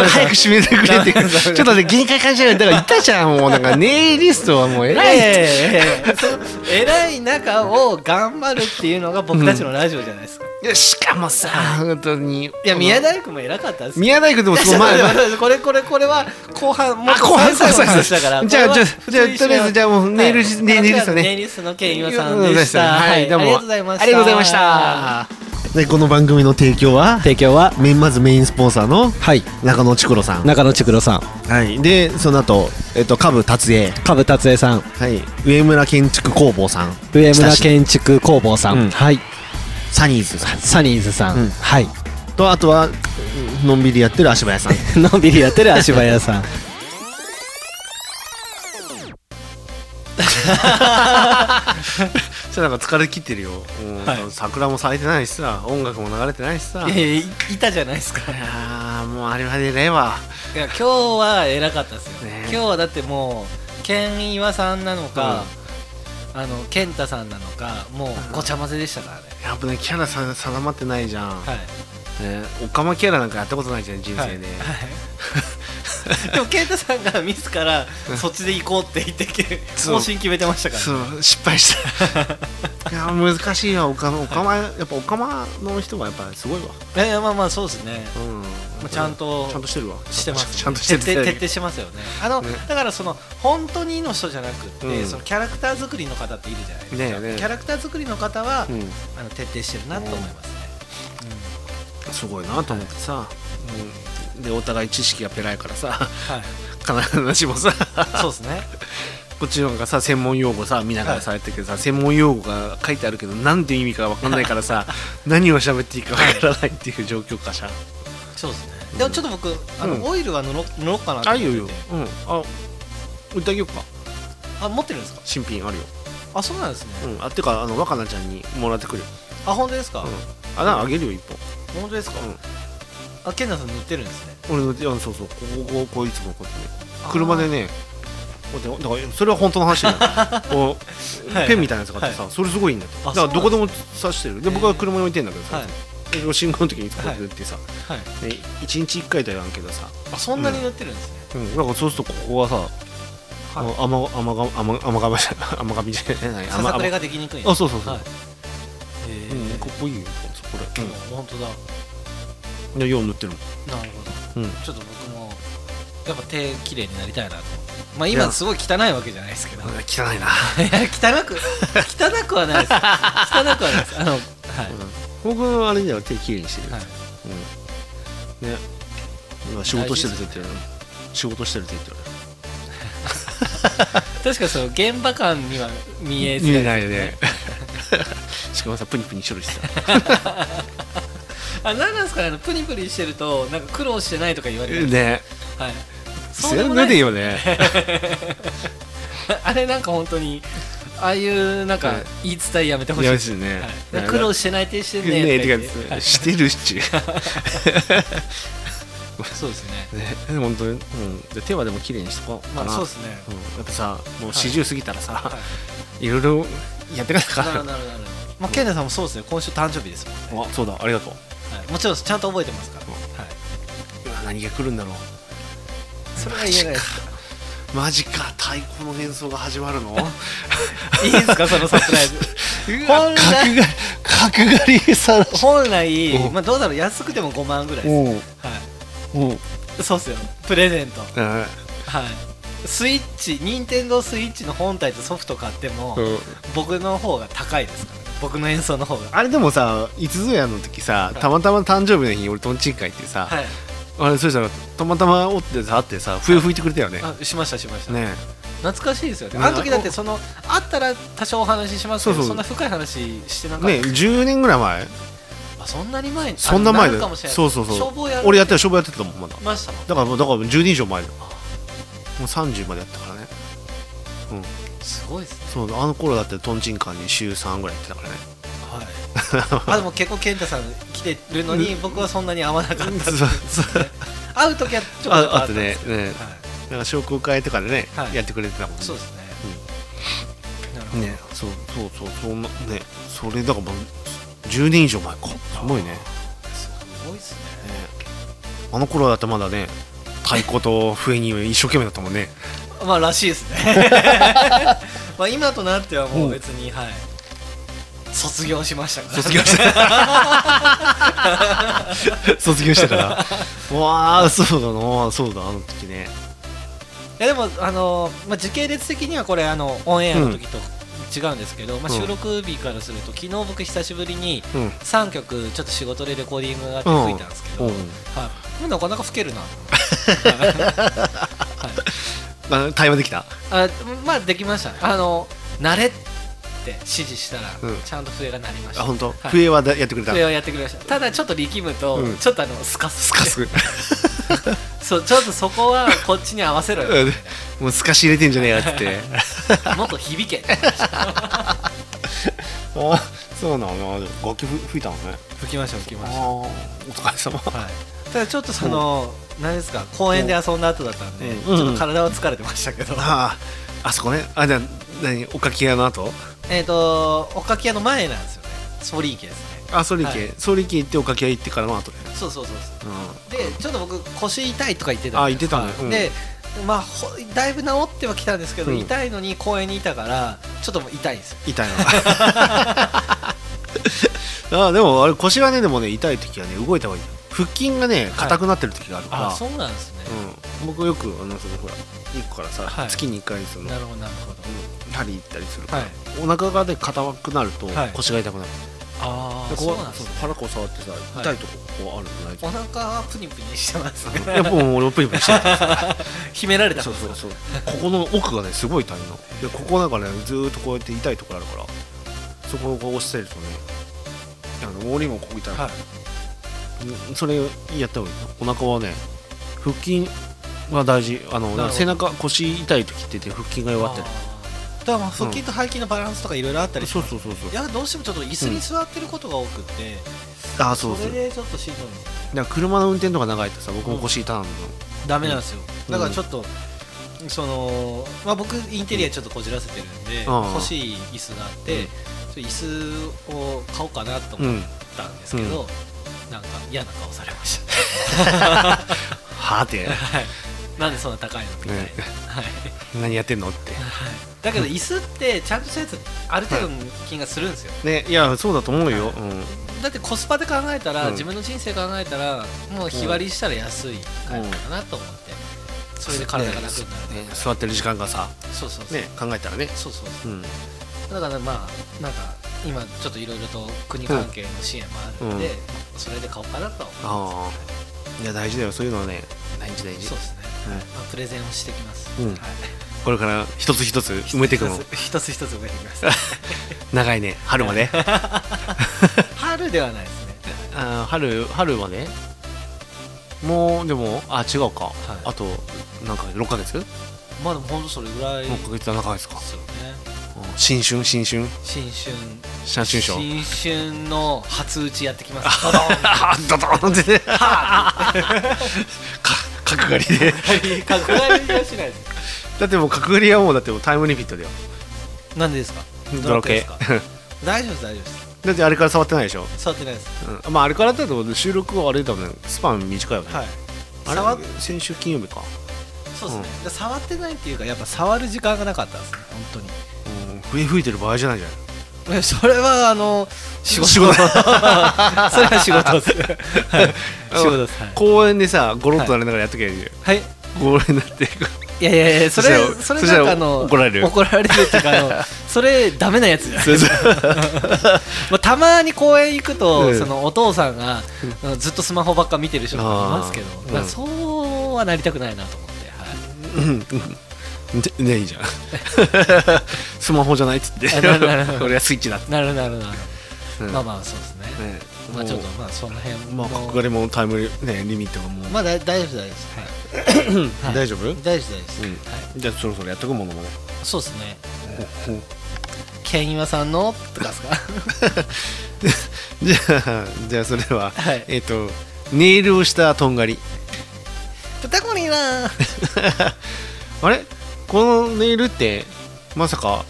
Speaker 3: う早く締めてくれって
Speaker 2: ダメだ
Speaker 3: ちょっとね限界感じないだから言ったじゃんもうなんかネイリストはもう偉いって
Speaker 2: ええその偉い中を頑張るっていうのが僕たちのラジオじゃないですか。
Speaker 3: いやしかもさ本当にい
Speaker 2: いや宮大工も偉かったですよ。
Speaker 3: 宮台君でも
Speaker 2: いや
Speaker 3: す
Speaker 2: ち
Speaker 3: ご
Speaker 2: ょ
Speaker 3: い
Speaker 2: っと
Speaker 3: 前
Speaker 2: 待っ
Speaker 3: 前
Speaker 2: て待ってこれこれこれは後半も
Speaker 3: あ
Speaker 2: っと
Speaker 3: 後半
Speaker 2: 最後
Speaker 3: そう
Speaker 2: の
Speaker 3: そう
Speaker 2: 話
Speaker 3: そ
Speaker 2: だから
Speaker 3: うじゃあ
Speaker 2: こ
Speaker 3: じ
Speaker 2: れ
Speaker 3: ゃ
Speaker 2: は
Speaker 3: あ
Speaker 2: 普
Speaker 3: じゃ
Speaker 2: 通
Speaker 3: あ
Speaker 2: に
Speaker 3: とりあえずじゃあもうネイルし
Speaker 2: はい
Speaker 3: ネイルスト
Speaker 2: ネイ
Speaker 3: ね
Speaker 2: リストのケンイワさんでした。
Speaker 3: はいどうも
Speaker 2: ありがとうございました。
Speaker 3: ありがとうございました
Speaker 5: でこの番組の提供は
Speaker 4: 提供は
Speaker 5: メインまずメインスポンサーの
Speaker 4: はい
Speaker 5: 中野ちくろさん、
Speaker 4: 中野ちくろさん
Speaker 5: はい、でその後、えっと下部達也、
Speaker 4: 株達也さん
Speaker 5: はい、上村建築工房さん
Speaker 4: 上村建築工房さん、
Speaker 5: うん
Speaker 4: はい
Speaker 5: サニーズさん
Speaker 4: サニーズさん、
Speaker 5: うん
Speaker 4: はい
Speaker 5: とあとはのんびりやってる足早さん
Speaker 4: のんびりやってる足早さん
Speaker 3: そうなんか疲れ切ってるよ、うん桜も咲いてないしさ音楽も流れてないしさ
Speaker 2: いやいやいたじゃないですか。い
Speaker 3: あーもうあれはねえわ
Speaker 2: や今日は偉かったですよ。
Speaker 3: ね
Speaker 2: 今日はだってもうケンイワさんなのか、あのケンタさんなのか、もうごちゃ混ぜでしたからね。
Speaker 3: やっぱねキャラさ定まってないじゃん、
Speaker 2: はい。
Speaker 3: ね、オカマキャラなんかやったことないじゃん人生で、
Speaker 2: はいはい。でもケンタさんが自らそっちで行こうって言って
Speaker 3: そう
Speaker 2: 方針決めてましたからね。
Speaker 3: そう失敗した いや難しいよオカマオカマやっぱオカマの人はやっぱすごいわ、
Speaker 2: いやいやまあまあそうですね。
Speaker 3: うん
Speaker 2: まあちゃんと
Speaker 3: ちゃんとしてるわ
Speaker 2: してます、
Speaker 3: ちゃんとしてる
Speaker 2: 徹底徹底してますよねあの、
Speaker 3: ね
Speaker 2: だからその本当にの人じゃなくって、
Speaker 3: うん
Speaker 2: そのキャラクター作りの方っているじゃないですか、
Speaker 3: ねえねえ
Speaker 2: キャラクター作りの方は、
Speaker 3: うん
Speaker 2: あの徹底してるなと思いますね、
Speaker 3: すごいなと思ってさ、うんでお互い知識がペラいからさ
Speaker 2: は い
Speaker 3: 必ずしもさ
Speaker 2: そうですね
Speaker 3: こっちの方がさ専門用語さ見ながらさやってるけどさ、専門用語が書いてあるけど何て意味か分かんないから さ何を喋っていいか分からないっていう状況かしら
Speaker 2: そうですねでもちょっと僕あの、
Speaker 3: うん
Speaker 2: オイルは塗ろ塗ろうかなと
Speaker 3: あ
Speaker 2: 思っ
Speaker 3: いい
Speaker 2: て
Speaker 3: よ
Speaker 2: て
Speaker 3: いいよ、うん、あ売ってあげようか
Speaker 2: あ持ってるんですか
Speaker 3: 新品あるよ、
Speaker 2: あそうなんですね、
Speaker 3: うん、あってかあの若菜ちゃんにもらってくるよ
Speaker 2: あ本当ですか、
Speaker 3: あなあげるよ一本
Speaker 2: 本当ですか、
Speaker 3: うん
Speaker 2: あケンナさん塗ってるんですね
Speaker 3: 俺のいやそうそうこここここいつもこうやってね車でねこうやってだからそれは本当の 話だよこう
Speaker 2: はい
Speaker 3: ペンみたいなやつがあってさ、それすごいいいんだよ
Speaker 2: あ
Speaker 3: だからどこでも刺してるで
Speaker 2: へー
Speaker 3: 僕は車に置いてんだけどさ、
Speaker 2: はい
Speaker 3: で信号の時にいつこうやって打ってさ、
Speaker 2: はい
Speaker 3: ね、1日1回だよあんけどさ、
Speaker 2: あそんなに塗ってるんですね、
Speaker 3: うん、なんかそうするとここはさ、あの甘甘が甘甘がみじゃ ない甘がみじゃない
Speaker 2: さ
Speaker 3: 甘
Speaker 2: さくれ
Speaker 3: 甘
Speaker 2: ができにくい
Speaker 3: あそうそうそう、
Speaker 2: はいえ
Speaker 3: うん
Speaker 2: ー、
Speaker 3: ここいいよこれ、うん
Speaker 2: 本当だ
Speaker 3: で、よう塗ってるもん
Speaker 2: なるほど、
Speaker 3: うん
Speaker 2: ちょっと僕もやっぱ手綺麗になりたいなと思ってまあ今すごい汚いわけじゃないですけどいや
Speaker 3: 汚いな
Speaker 2: 汚く汚くはないです汚くはないですあのはい、
Speaker 3: 僕はあれだよ手きれいにしてる、
Speaker 2: はい
Speaker 3: うんね今仕事してるって言ってる仕事してるって言ってる
Speaker 2: 確かにその現場感には見えづ
Speaker 3: 見
Speaker 2: ら
Speaker 3: え
Speaker 2: い
Speaker 3: ないよね しかもさプニプニしとるしさ
Speaker 2: あ何なんですかねあのプニプニしてるとなんか苦労してないとか言われる、
Speaker 3: ね
Speaker 2: はい
Speaker 3: そ
Speaker 2: そうでもな
Speaker 3: れ
Speaker 2: い
Speaker 3: でいいよ ね
Speaker 2: あれなんか本当にああいうなんか
Speaker 3: はい
Speaker 2: 言い伝えやめてほしい
Speaker 3: や
Speaker 2: で
Speaker 3: め
Speaker 2: す
Speaker 3: てね
Speaker 2: はい、苦労してない手して
Speaker 3: て
Speaker 2: んね
Speaker 3: ね
Speaker 2: と
Speaker 3: て
Speaker 2: か
Speaker 3: か
Speaker 2: 言ってはい
Speaker 3: してるっちゅう
Speaker 2: そうですね
Speaker 3: ねでも本当に、うん、で手はでも綺麗にしとこう
Speaker 2: ま
Speaker 3: か
Speaker 2: あ
Speaker 3: な
Speaker 2: そうですね
Speaker 3: うん、やっぱさもう四十過ぎたらさ、、
Speaker 2: はい
Speaker 3: ろいろやってかなきゃ
Speaker 2: なるほどなるほどなる ほどまあ、ケンナさんもそうですね今週誕生日ですもん、
Speaker 3: あそうだありがとう
Speaker 2: はい、もちろんちゃんと覚えてますから、
Speaker 3: うん
Speaker 2: はい、
Speaker 3: うわ何が来るんだろう
Speaker 2: それは言えないです
Speaker 3: マジか太鼓の演奏が始まる の
Speaker 2: いいですかそのサプライズ本来
Speaker 3: 角刈り角刈りさらし
Speaker 2: 本来
Speaker 3: お、う
Speaker 2: まあ、どうだろう安くても5万ぐらいです、
Speaker 3: おう
Speaker 2: は
Speaker 3: おう、
Speaker 2: い、そうっすよプレゼント
Speaker 3: うん
Speaker 2: はいスイッチ任天堂スイッチの本体とソフト買っても、
Speaker 3: うん
Speaker 2: 僕の方が高いですからね僕の演奏の方が
Speaker 3: あれでもさいつぞやの時さたまたま誕生日の日に俺とんちん会ってさ、
Speaker 2: はい
Speaker 3: あれそしたらたまたまおってさ会ってさ笛吹いてくれたよね、
Speaker 2: あしましたしました、
Speaker 3: ね
Speaker 2: 懐かしいですよね
Speaker 3: ね
Speaker 2: あの時だってそのあったら多少お話ししますけど
Speaker 3: そう
Speaker 2: そ
Speaker 3: そうん
Speaker 2: な深い話してなかった
Speaker 3: ね10年ぐらい前
Speaker 2: あそんなに前に
Speaker 3: そんな前
Speaker 2: あ
Speaker 3: だ
Speaker 2: るか
Speaker 3: よ
Speaker 2: もしれない
Speaker 3: そうそう
Speaker 2: 消
Speaker 3: そ
Speaker 2: 防や
Speaker 3: う俺やってた消防やってたもんまだ
Speaker 2: ましたもん
Speaker 3: だからもうだから10年以上前だよもう30までやったからね
Speaker 2: すごいですね
Speaker 3: そうあの頃だってとんちん会に週3ぐらいやってたからね
Speaker 2: はいあでも結構健太さん来てるのに僕はそんなに合わなかったっていう
Speaker 3: そうそう
Speaker 2: 会う時はちょっと
Speaker 3: ああ
Speaker 2: っ
Speaker 3: ったて
Speaker 2: んで
Speaker 3: ね
Speaker 2: すけど
Speaker 3: ね
Speaker 2: はい
Speaker 3: なんか商工会とかでね、
Speaker 2: はい
Speaker 3: やってくれてたもんね
Speaker 2: そうですね、なるほど
Speaker 3: ねそうそうそうそんなねそれだからもう10年以上前かすごいねね
Speaker 2: すごいですね
Speaker 3: あの頃だってまだね太鼓と笛に一生懸命だったもんね
Speaker 2: まあらしいですね まあ今となってはもう別に、はい卒業しましたから卒業 し
Speaker 3: 卒業してからわあそうだなそうだあの時ね
Speaker 2: いやでもあのーまあ、時系列的にはこれあのオンエアの時と違うんですけど、まあ、
Speaker 3: うん
Speaker 2: 収録日からすると昨日僕久しぶりに
Speaker 3: うん
Speaker 2: 3曲ちょっと仕事でレコーディングがあって
Speaker 3: うん
Speaker 2: 吹いたんですけど、
Speaker 3: うん
Speaker 2: はい、なかなか吹けるな
Speaker 3: あ対話できた
Speaker 2: あまあできましたねあの慣れって指示したら
Speaker 3: うん
Speaker 2: ちゃんと笛が鳴りまし
Speaker 3: あ
Speaker 2: た、
Speaker 3: 本当、
Speaker 2: はい
Speaker 3: 笛はだやってくれた
Speaker 2: 笛をやってくれましたただちょっと力むと、
Speaker 3: うん
Speaker 2: ちょっとあのスカス
Speaker 3: スカス
Speaker 2: そうちょっとそこはこっちに合わせろよ
Speaker 3: もうスカシ入れてんじゃねえやつって
Speaker 2: もっと響け
Speaker 3: あそうなの楽器ふ吹いたのね
Speaker 2: 吹きました吹きました
Speaker 3: お疲れ様
Speaker 2: はい、ただちょっとその、何ですか公園で遊んだ後だったんで、
Speaker 3: うん
Speaker 2: ちょっと体は疲れてましたけど、
Speaker 3: あああそこねあじゃあ何おかき屋の後
Speaker 2: えっとおかき屋の前なんですよねソリー家ですね
Speaker 3: あソリケ、
Speaker 2: はい
Speaker 3: ソリケ行っておかき屋行ってからの後で、
Speaker 2: そうそうそうそう
Speaker 3: うん、
Speaker 2: でちょっと僕腰痛いとか言ってたじゃないですか
Speaker 3: あ言ってたねうん
Speaker 2: でまあほだいぶ治ってはきたんですけど、
Speaker 3: うん
Speaker 2: 痛いのに公園にいたからちょっともう痛いんですよ
Speaker 3: 痛い なあでもあれ腰がねでもね痛い時はね動いた方がいい腹筋がね硬くなってる時があるから、
Speaker 2: うなんですね
Speaker 3: うん、僕よくあのそのほら一個からさ、
Speaker 2: はい
Speaker 3: 月に1回その、
Speaker 2: なるほどなるほど
Speaker 3: うん針行ったりするから、
Speaker 2: はい
Speaker 3: お腹がね硬くなると
Speaker 2: はい
Speaker 3: 腰が痛くなる、
Speaker 2: あ
Speaker 3: こ
Speaker 2: そう
Speaker 3: こ
Speaker 2: なん
Speaker 3: は
Speaker 2: で
Speaker 3: そ
Speaker 2: す
Speaker 3: う
Speaker 2: ね
Speaker 3: 腹こう触ってさ
Speaker 2: い
Speaker 3: 痛いとここうあるんじゃない
Speaker 2: お腹はプニプニしてますね
Speaker 3: いやもう俺もプニプニしてる
Speaker 2: 秘めら れた
Speaker 3: そうそうそうここの奥がねすごい痛いのでここなんかねずーっとこうやって痛いところあるからそこをこう押してるとねあの俺もここ痛い、
Speaker 2: はい
Speaker 3: うんそれやった方がいいお腹はね腹筋は大事あ
Speaker 2: なるほ
Speaker 3: の
Speaker 2: ど
Speaker 3: 背中腰痛い時って言って腹筋が弱ってる
Speaker 2: あーだからまあ腹筋と背筋のバランスとかいろいろあったりし
Speaker 3: そう
Speaker 2: ます
Speaker 3: そうそうそう
Speaker 2: いやどうしてもちょっと椅子に座ってることが多くて、
Speaker 3: あーそうそう
Speaker 2: れでちょっとしんどい
Speaker 3: だから車の運転とか長いとさ僕も腰痛なのよ、
Speaker 2: ダメなんですよ、
Speaker 3: うん
Speaker 2: だからちょっとその、まあ、僕インテリアちょっとこじらせてるんで、
Speaker 3: うん
Speaker 2: 欲しい椅子があって、ちょっと椅子を買おうかなと
Speaker 3: う
Speaker 2: 思っ
Speaker 3: ん、
Speaker 2: たんですけど、なんか嫌な顔されました
Speaker 3: はあて
Speaker 2: なんでそんな高いのみたいな、
Speaker 3: ね
Speaker 2: はい、
Speaker 3: 何やってんのって
Speaker 2: だけど椅子ってちゃんとしたやつある程度の金がするんですよ、
Speaker 3: ねいやそうだと思うよ、うん
Speaker 2: だってコスパで考えたら、
Speaker 3: うん
Speaker 2: 自分の人生考えたらもう日割りしたら安い買い物かなと思って、それで体が楽になる、
Speaker 3: ね、座ってる時間がさ、
Speaker 2: そうそうそう、
Speaker 3: ね、考えたらね、
Speaker 2: そうそうそう
Speaker 3: うん、
Speaker 2: だからまあなんか今ちょっといろいろと国関係の支援もあるんで、それで買おうかなとは思
Speaker 3: ああいや大事だよそういうのはね大事大
Speaker 2: う
Speaker 3: 事
Speaker 2: そうですね、まあ、プレゼンをしてきます、
Speaker 3: うん
Speaker 2: はい
Speaker 3: これから一つ一つ埋めていくの
Speaker 2: 一つ一つ一つ埋めていきます
Speaker 3: 長いね春まで
Speaker 2: 春ではないですね
Speaker 3: あー春春までもうでもあ違うか、
Speaker 2: い
Speaker 3: あとなんか6ヶ月、
Speaker 2: まあでもほんとそれぐらいで
Speaker 3: 6ヶ月7ヶ月か
Speaker 2: すよね
Speaker 3: うん新春新春
Speaker 2: 新春
Speaker 3: 新春賞
Speaker 2: 新春の初打ちやってき ますドドン
Speaker 3: あードドンってねか角刈りで
Speaker 2: 角刈りはしないです
Speaker 3: だってもう角刈りはもうだってもうタイムリミットだよ
Speaker 2: なんでですか
Speaker 3: ドラケ
Speaker 2: ですか大丈夫です大丈夫です
Speaker 3: だってあれから触ってないでしょ
Speaker 2: 触ってないです
Speaker 3: うん、まああれからだと収録はあれ多分スパン短いよね、
Speaker 2: はい
Speaker 3: あれ
Speaker 2: 触っ
Speaker 3: 先週金曜日か、
Speaker 2: そうですね、で触ってないっていうかやっぱ触る時間がなかったんですね本当に
Speaker 3: うん、笛吹いてる場合じゃないじゃない
Speaker 2: えそれはあの仕事
Speaker 3: 仕事
Speaker 2: それは仕事 です、はい、仕事ですはい、
Speaker 3: 公園でさゴロッとなりながらやっときゃいいじゃん、
Speaker 2: はい、い
Speaker 3: ゴロにな っていく
Speaker 2: やいやいやそれそ
Speaker 3: そ
Speaker 2: れ
Speaker 3: したら
Speaker 2: なんかあの
Speaker 3: そしたら怒られる
Speaker 2: 怒られるっていうかあ のそれダメなやつじゃないまあ、たまに公園行くと、
Speaker 3: うん
Speaker 2: そのお父さんが、ずっとスマホばっか見てる人もいますけど、
Speaker 3: あー
Speaker 2: まあ
Speaker 3: うん
Speaker 2: そうはなりたくないなと思って、はい
Speaker 3: でねいい じゃんスマホじゃないっつって
Speaker 2: あなるほどなるほど
Speaker 3: 俺はスイッチだっ
Speaker 2: なるなるなる、
Speaker 3: て、うん
Speaker 2: まあまあそうですね
Speaker 3: ね
Speaker 2: まあちょっと
Speaker 3: も
Speaker 2: まあその辺
Speaker 3: う
Speaker 2: も
Speaker 3: まあ角刈りもタイムリ,、ね、リミットがもう、
Speaker 2: まあだ大丈夫大丈夫です、はいはい
Speaker 3: 大丈
Speaker 2: 大
Speaker 3: 夫、
Speaker 2: 丈夫です、
Speaker 3: うん
Speaker 2: はい、
Speaker 3: じゃあそろそろやっとくものもね
Speaker 2: そうですねケンイワさんのとかですか
Speaker 3: じゃあじゃあそれは、
Speaker 2: はい
Speaker 3: えっ、とネイルをしたとんがり
Speaker 2: プタコニーな
Speaker 3: あれこのネイルってまさか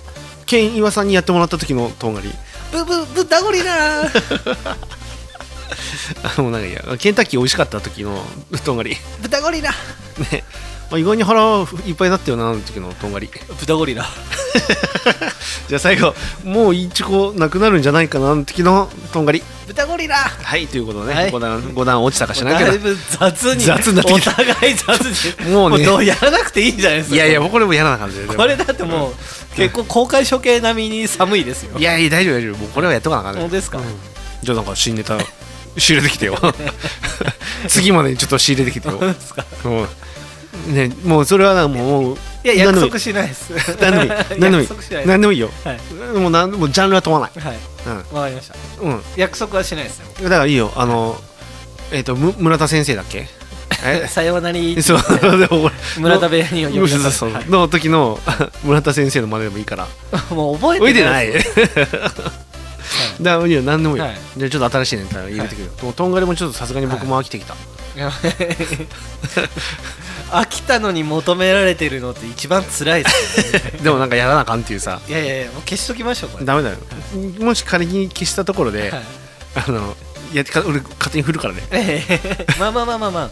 Speaker 3: ケン岩さんにやってもらった時のとんがり
Speaker 2: ブブブタコニーな
Speaker 3: あもうなんかいいやケンタッキー美味しかった時の とんがりね
Speaker 2: ブタゴリラ
Speaker 3: まあ意外に腹いっぱいになったよなあの時のとんがり
Speaker 2: ブタゴリラ
Speaker 3: じゃあ最後もう一個なくなるんじゃないかなあの時のとんがり
Speaker 2: ブタゴリラ
Speaker 3: はいということで
Speaker 2: は
Speaker 3: ね、
Speaker 2: い
Speaker 3: 五段五段落ちたかしないけ
Speaker 2: だい
Speaker 3: ど
Speaker 2: ぶ雑に
Speaker 3: 雑になって
Speaker 2: お
Speaker 3: きた
Speaker 2: 互い雑に
Speaker 3: もうね
Speaker 2: どうやらなくていいんじゃないですか
Speaker 3: いやいやこれも嫌な感じででも
Speaker 2: これだってもう、結構公開処刑並みに寒いですよ
Speaker 3: いやいや大丈夫大丈夫もうこれはやっとかなあかんね
Speaker 2: 本当ですか、
Speaker 3: じゃあなんか新ネタ仕入れてきてよ 次までにちょっと仕入れてきてよ
Speaker 2: 本当ですか
Speaker 3: うんね、もうそれはなんかもう
Speaker 2: いや
Speaker 3: 何
Speaker 2: 約
Speaker 3: でも
Speaker 2: 束しない です
Speaker 3: 何でもいい何で
Speaker 2: 約束しないです
Speaker 3: もいい何でもいいよ、
Speaker 2: はい
Speaker 3: もう何もうジャンルは問わない
Speaker 2: はいわかりました
Speaker 3: うん、
Speaker 2: 約束はしないですよ
Speaker 3: うん、だからいいよあのえっ、とむ村田先生だっけえ
Speaker 2: さようなら
Speaker 3: そうでも俺
Speaker 2: 村田部屋に呼び出
Speaker 3: そう
Speaker 2: さ
Speaker 3: そう
Speaker 2: れ
Speaker 3: そうの時の 村田先生の真似でもいいから
Speaker 2: たもう 覚え
Speaker 3: 覚え
Speaker 2: て
Speaker 3: て
Speaker 2: な
Speaker 3: ないいだからいいよ何でもいいよ、
Speaker 2: はい
Speaker 3: じゃあちょっと新しいネタ入れてくるよ、もうとんがりもちょっとさすがに僕も飽きてきた、
Speaker 2: やばい 飽きたのに求められてるのって一番辛いですよね
Speaker 3: でもなんかやらなあかんっていうさ
Speaker 2: いやいやいやもう消しときましょうこれ
Speaker 3: ダメだよ、もし仮に消したところで、
Speaker 2: はい
Speaker 3: あのやってか俺勝手に振るからね
Speaker 2: ええまあまあまあまあまあ、まあ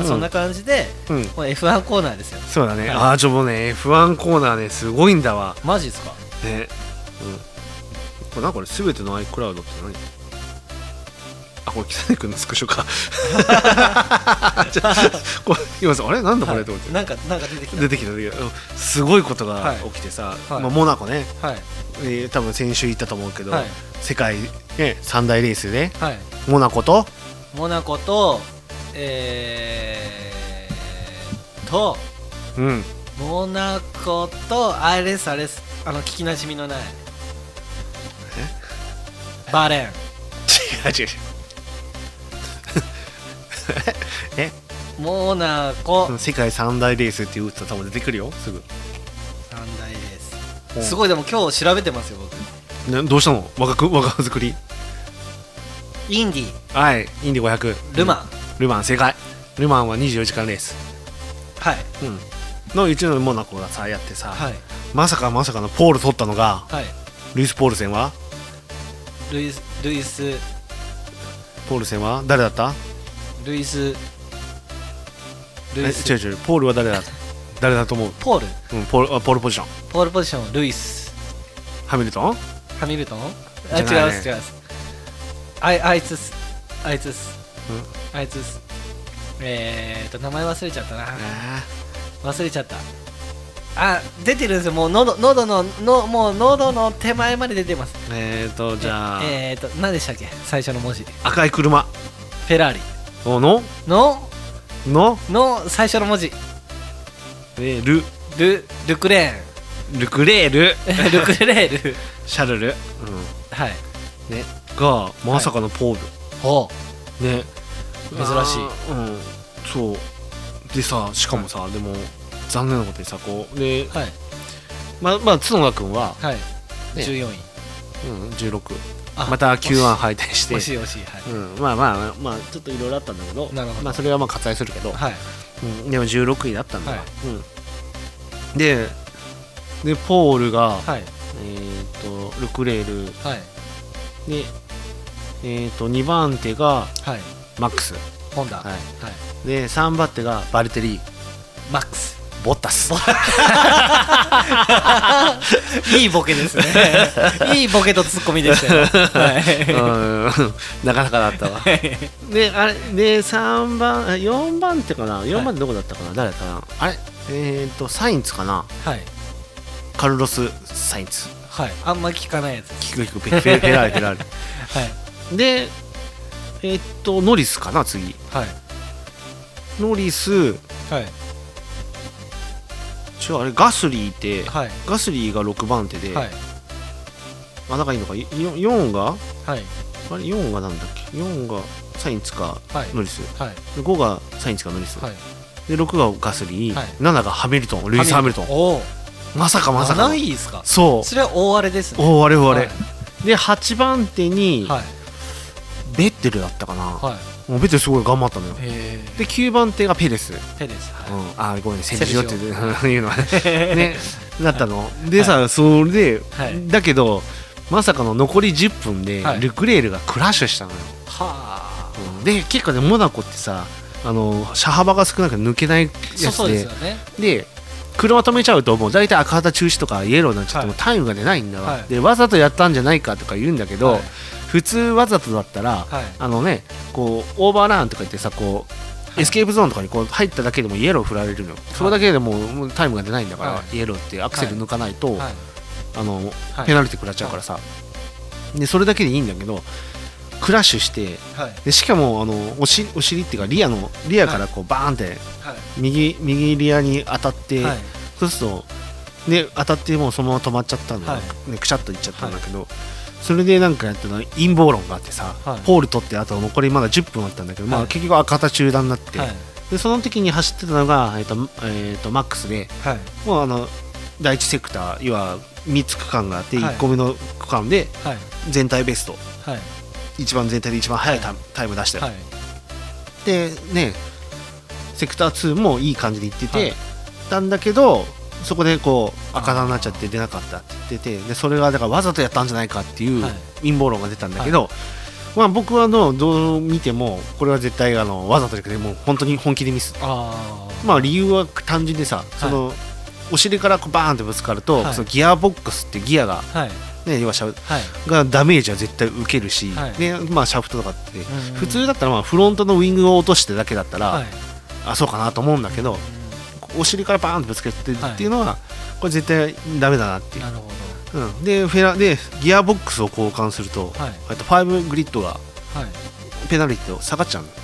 Speaker 3: うん
Speaker 2: そんな感じで、
Speaker 3: う
Speaker 2: も
Speaker 3: ん
Speaker 2: う F1 コーナーですよ
Speaker 3: そうだね、
Speaker 2: はい
Speaker 3: ああちょもうね F1 コーナーねすごいんだわ
Speaker 2: マジですか
Speaker 3: ねうんこれなんかこれ全ての iCloud って何あこれ北谷君のスクショ か ちょこれ今さあれなんだこれと思って、
Speaker 2: なんかなんか出てきた
Speaker 3: 出てきた出てきたうんすごいこと
Speaker 2: は
Speaker 3: が
Speaker 2: い
Speaker 3: 起きてさ、
Speaker 2: はい
Speaker 3: まあ、モナコね、
Speaker 2: はい
Speaker 3: えー多分先週行ったと思うけど、
Speaker 2: はい
Speaker 3: 世界ね、三大レースで
Speaker 2: はい
Speaker 3: モナコと
Speaker 2: モナコとえー、と
Speaker 3: うん
Speaker 2: モナコとあれですあれですあの聞きなじみのないバーレーン
Speaker 3: 違う違う違うえ
Speaker 2: モナコ
Speaker 3: 世界三大レースって打ったら多分出てくるよすぐ
Speaker 2: 三大レー
Speaker 3: うん
Speaker 2: スすごいでも今日調べてますよ僕
Speaker 3: などうしたの若く若作り
Speaker 2: インディ
Speaker 3: はいインディ500
Speaker 2: ルマン、
Speaker 3: ルマン正解ルマンは24時間レース
Speaker 2: はい
Speaker 3: のうちのモナコがさやってさ、
Speaker 2: はい
Speaker 3: まさかまさかのポール取ったのが
Speaker 2: はい
Speaker 3: ルイス・ポールセンは
Speaker 2: ルイスルイス
Speaker 3: ポールセンは誰だった
Speaker 2: ルイスルイス
Speaker 3: え違う違うポールは誰だ誰だと思う、
Speaker 2: ポール
Speaker 3: うん、ポールあポールポジション
Speaker 2: ポールポジションルイス
Speaker 3: ハミルトン
Speaker 2: ハミルトンあ違
Speaker 3: じ
Speaker 2: い
Speaker 3: ゃない
Speaker 2: ます違いますあいあいつっすあいつっすあいつっすえーと名前忘れちゃったな忘れちゃったあ出てるんですよもう喉喉ののもう喉の手前まで出てます
Speaker 3: えっ、ー、とじゃあ、
Speaker 2: えーと何でしたっけ最初の文字フ
Speaker 3: 赤い車
Speaker 2: ェラーリ
Speaker 3: のの
Speaker 2: の
Speaker 3: の、
Speaker 2: の最初の文字
Speaker 3: えール
Speaker 2: ルルクレ
Speaker 3: ルクレ ール
Speaker 2: ーンルクレール
Speaker 3: シャルル、
Speaker 2: はい
Speaker 3: うん、ねがまさかのポール、
Speaker 2: ほ
Speaker 3: ね
Speaker 2: 珍しい
Speaker 3: うんそうでさしかもさ、でも残念なことにさこうで
Speaker 2: はい
Speaker 3: まあまあ角田君は、
Speaker 2: はい
Speaker 3: ね
Speaker 2: 14位
Speaker 3: うん、16
Speaker 2: あ
Speaker 3: また
Speaker 2: 惜しい
Speaker 3: Q1 敗退して
Speaker 2: 惜しい惜しいは
Speaker 3: うん、まあまあまあちょっといろいろあったんだけど
Speaker 2: なるほど
Speaker 3: まあ、それはまあ割愛するけど、
Speaker 2: いはい
Speaker 3: うん、でも16位だったんだわ、
Speaker 2: はい
Speaker 3: うん、ででポールが、
Speaker 2: はい
Speaker 3: えー、とルクレール
Speaker 2: はい
Speaker 3: で、えー、と2番手が
Speaker 2: はい
Speaker 3: マックス
Speaker 2: ホンダ
Speaker 3: はい
Speaker 2: はい
Speaker 3: で3番手がバルテリー
Speaker 2: マックス
Speaker 3: ボッタス
Speaker 2: いいボケ ですねいいボケとツッコミでしたよ、
Speaker 3: う
Speaker 2: は、
Speaker 3: んな かなかだった わであれで3番あ4番手かな4番手どこだったかな、誰だったかなあれえっ、とサインツかない
Speaker 2: はい
Speaker 3: カルロス・サインツ
Speaker 2: はい、あんま聞かないやつ
Speaker 3: キクキクペフェフェラーリフェラ
Speaker 2: はい
Speaker 3: ーリ でえっ、とノリスかな次
Speaker 2: はい
Speaker 3: ノリス
Speaker 2: はい
Speaker 3: 違うあれガスリーって、
Speaker 2: はい
Speaker 3: ガスリーが6番手で、
Speaker 2: はい
Speaker 3: あ仲いいのか 4, 四が
Speaker 2: はい
Speaker 3: あれ4がなんだっけ4がサインツか
Speaker 2: はい
Speaker 3: ノリス、
Speaker 2: はい
Speaker 3: で5がサインツかノリス、
Speaker 2: はい
Speaker 3: で6がガスリー、
Speaker 2: はい
Speaker 3: 7がハミルトンルイス・ハミルトン
Speaker 2: おお
Speaker 3: まさかまさかの
Speaker 2: 7位ですか
Speaker 3: そう
Speaker 2: それは大荒れですね
Speaker 3: おわれわれ、
Speaker 2: は
Speaker 3: で8番手に
Speaker 2: はい
Speaker 3: ベッテルだったかな、
Speaker 2: は
Speaker 3: もうベッテルすごい頑張ったのよ
Speaker 2: いへ
Speaker 3: で9番手がペレス、うん、
Speaker 2: えペレスは
Speaker 3: あごめんセ
Speaker 2: セ
Speaker 3: ル
Speaker 2: ル
Speaker 3: ジ
Speaker 2: ジ
Speaker 3: オ
Speaker 2: オ
Speaker 3: って いうのはね
Speaker 2: い
Speaker 3: ねだったの、でさ、それで、
Speaker 2: はい
Speaker 3: だけどまさかの残り10分で、
Speaker 2: はい
Speaker 3: ルクレールがクラッシュしたのよ、
Speaker 2: はあ
Speaker 3: うんで結構ねモナコってさあの車幅が少なくて抜けないやつ
Speaker 2: そうそ
Speaker 3: で
Speaker 2: うですよね
Speaker 3: で車止めちゃうともう大体赤旗中止とかイエローになっちゃって
Speaker 2: はい
Speaker 3: もうタイムが出ないんだわ、
Speaker 2: はい
Speaker 3: でわざとやったんじゃないかとか言うんだけど、
Speaker 2: はい
Speaker 3: 普通わざとだったら、
Speaker 2: はい
Speaker 3: あのねこうオーバーランとか言ってさこう、エスケープゾーンとかにこう入っただけでもイエロー振られるのよ、それだけでもうもうタイムが出ないんだから、
Speaker 2: は
Speaker 3: イエローってアクセル抜かないと、
Speaker 2: はい
Speaker 3: あの
Speaker 2: はい
Speaker 3: ペナルティ食らっちゃうからさ、でそれだけでいいんだけどクラッシュして
Speaker 2: はい
Speaker 3: でしかもあのおしお尻っていうかリアのリアからこうバーンって
Speaker 2: はい
Speaker 3: 右右リアに当たって、
Speaker 2: はい
Speaker 3: そうすると、ね、当たってもうそのまま止まっちゃったんだ、
Speaker 2: は
Speaker 3: ね、くしゃっといっちゃったんだけど、それでなんかやったの陰謀論があってさ、
Speaker 2: はい
Speaker 3: ポール取ってあと残りまだ10分あったんだけど、ま
Speaker 2: は
Speaker 3: あ、
Speaker 2: い
Speaker 3: 結局赤旗中断になって、
Speaker 2: はい
Speaker 3: でその時に走ってたのが、えーとえーとマックスで
Speaker 2: はい
Speaker 3: もうあの第一セクター要は3つ区間があって
Speaker 2: はい
Speaker 3: 1個目の区間で
Speaker 2: はい
Speaker 3: 全体ベスト、
Speaker 2: はい
Speaker 3: 一番全体で一番速いタイム,、タイム出したよ、
Speaker 2: はい
Speaker 3: でねセクター2もいい感じで行ってて、
Speaker 2: はい
Speaker 3: たんだけどそこでこう赤田になっちゃって出なかったって言っててでそれがだからわざとやったんじゃないかっていう
Speaker 2: はい
Speaker 3: 陰謀論が出たんだけど、まあ、僕はあのどう見てもこれは絶対あのわざとじゃなくてもう本当に本気でミス
Speaker 2: あ
Speaker 3: まあ理由は単純でさ、そのお尻からこうバーンってぶつかると、
Speaker 2: はい
Speaker 3: そのギアボックスってギアが、
Speaker 2: あはい
Speaker 3: ね、要はシャフ
Speaker 2: はい
Speaker 3: がダメージは絶対受けるし、
Speaker 2: はい
Speaker 3: ねまあ、シャフトとかって、
Speaker 2: んうん
Speaker 3: 普通だったらまあフロントのウィングを落としてだけだったら、
Speaker 2: はい
Speaker 3: あそうかなと思うんだけど、お尻からバーンとぶつけてるっていうのは、これ絶対ダメだなっていう
Speaker 2: なるほど
Speaker 3: うん、でフェラでギアボックスを交換すると,、
Speaker 2: はい
Speaker 3: えっと5グリッドが
Speaker 2: はい
Speaker 3: ペナルティと下がっちゃうのだか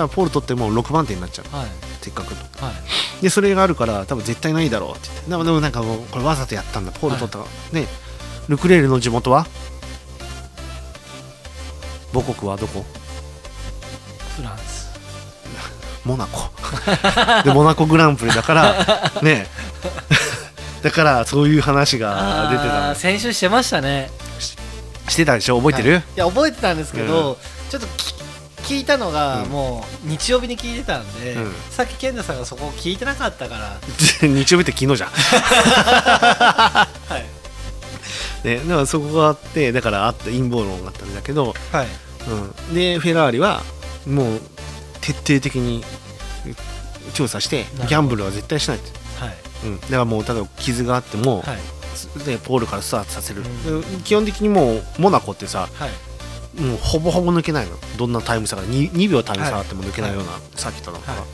Speaker 3: らポール取っても6番手になっちゃう
Speaker 2: はい
Speaker 3: せっかくの
Speaker 2: はい
Speaker 3: でそれがあるから多分絶対ないだろうって言ってでもでもなんかもうこれわざとやったんだポール取った、ねルクレールの地元は母国はどこ
Speaker 2: フランス
Speaker 3: モナコ でモナコグランプリ だからね だからそういう話が出てた
Speaker 2: ー先週してましたね
Speaker 3: してたでしょ覚えてる、
Speaker 2: はい、いや覚えてたんですけど、ちょっとき聞いたのが、
Speaker 3: うん
Speaker 2: もう日曜日に聞いてたんで、
Speaker 3: うん
Speaker 2: さっき健太さんがそこを聞いてなかったから
Speaker 3: 日曜日って昨日じゃん、 ね、だからそこがあってだからあった陰謀論があったんだけど、
Speaker 2: はい
Speaker 3: うん、でフェラーリはもう徹底的に調査して
Speaker 2: ほど
Speaker 3: ギャンブルは絶対しないって、
Speaker 2: はい
Speaker 3: うん、だからもうただ傷があっても、
Speaker 2: はい
Speaker 3: ねポールからスタートさせる、
Speaker 2: う
Speaker 3: で基本的にもうモナコってさ
Speaker 2: はい
Speaker 3: もうほぼほぼ抜けないのどんなタイム差が 2, 2秒タイム差あっても抜けないような、さっき言ったのから、
Speaker 2: は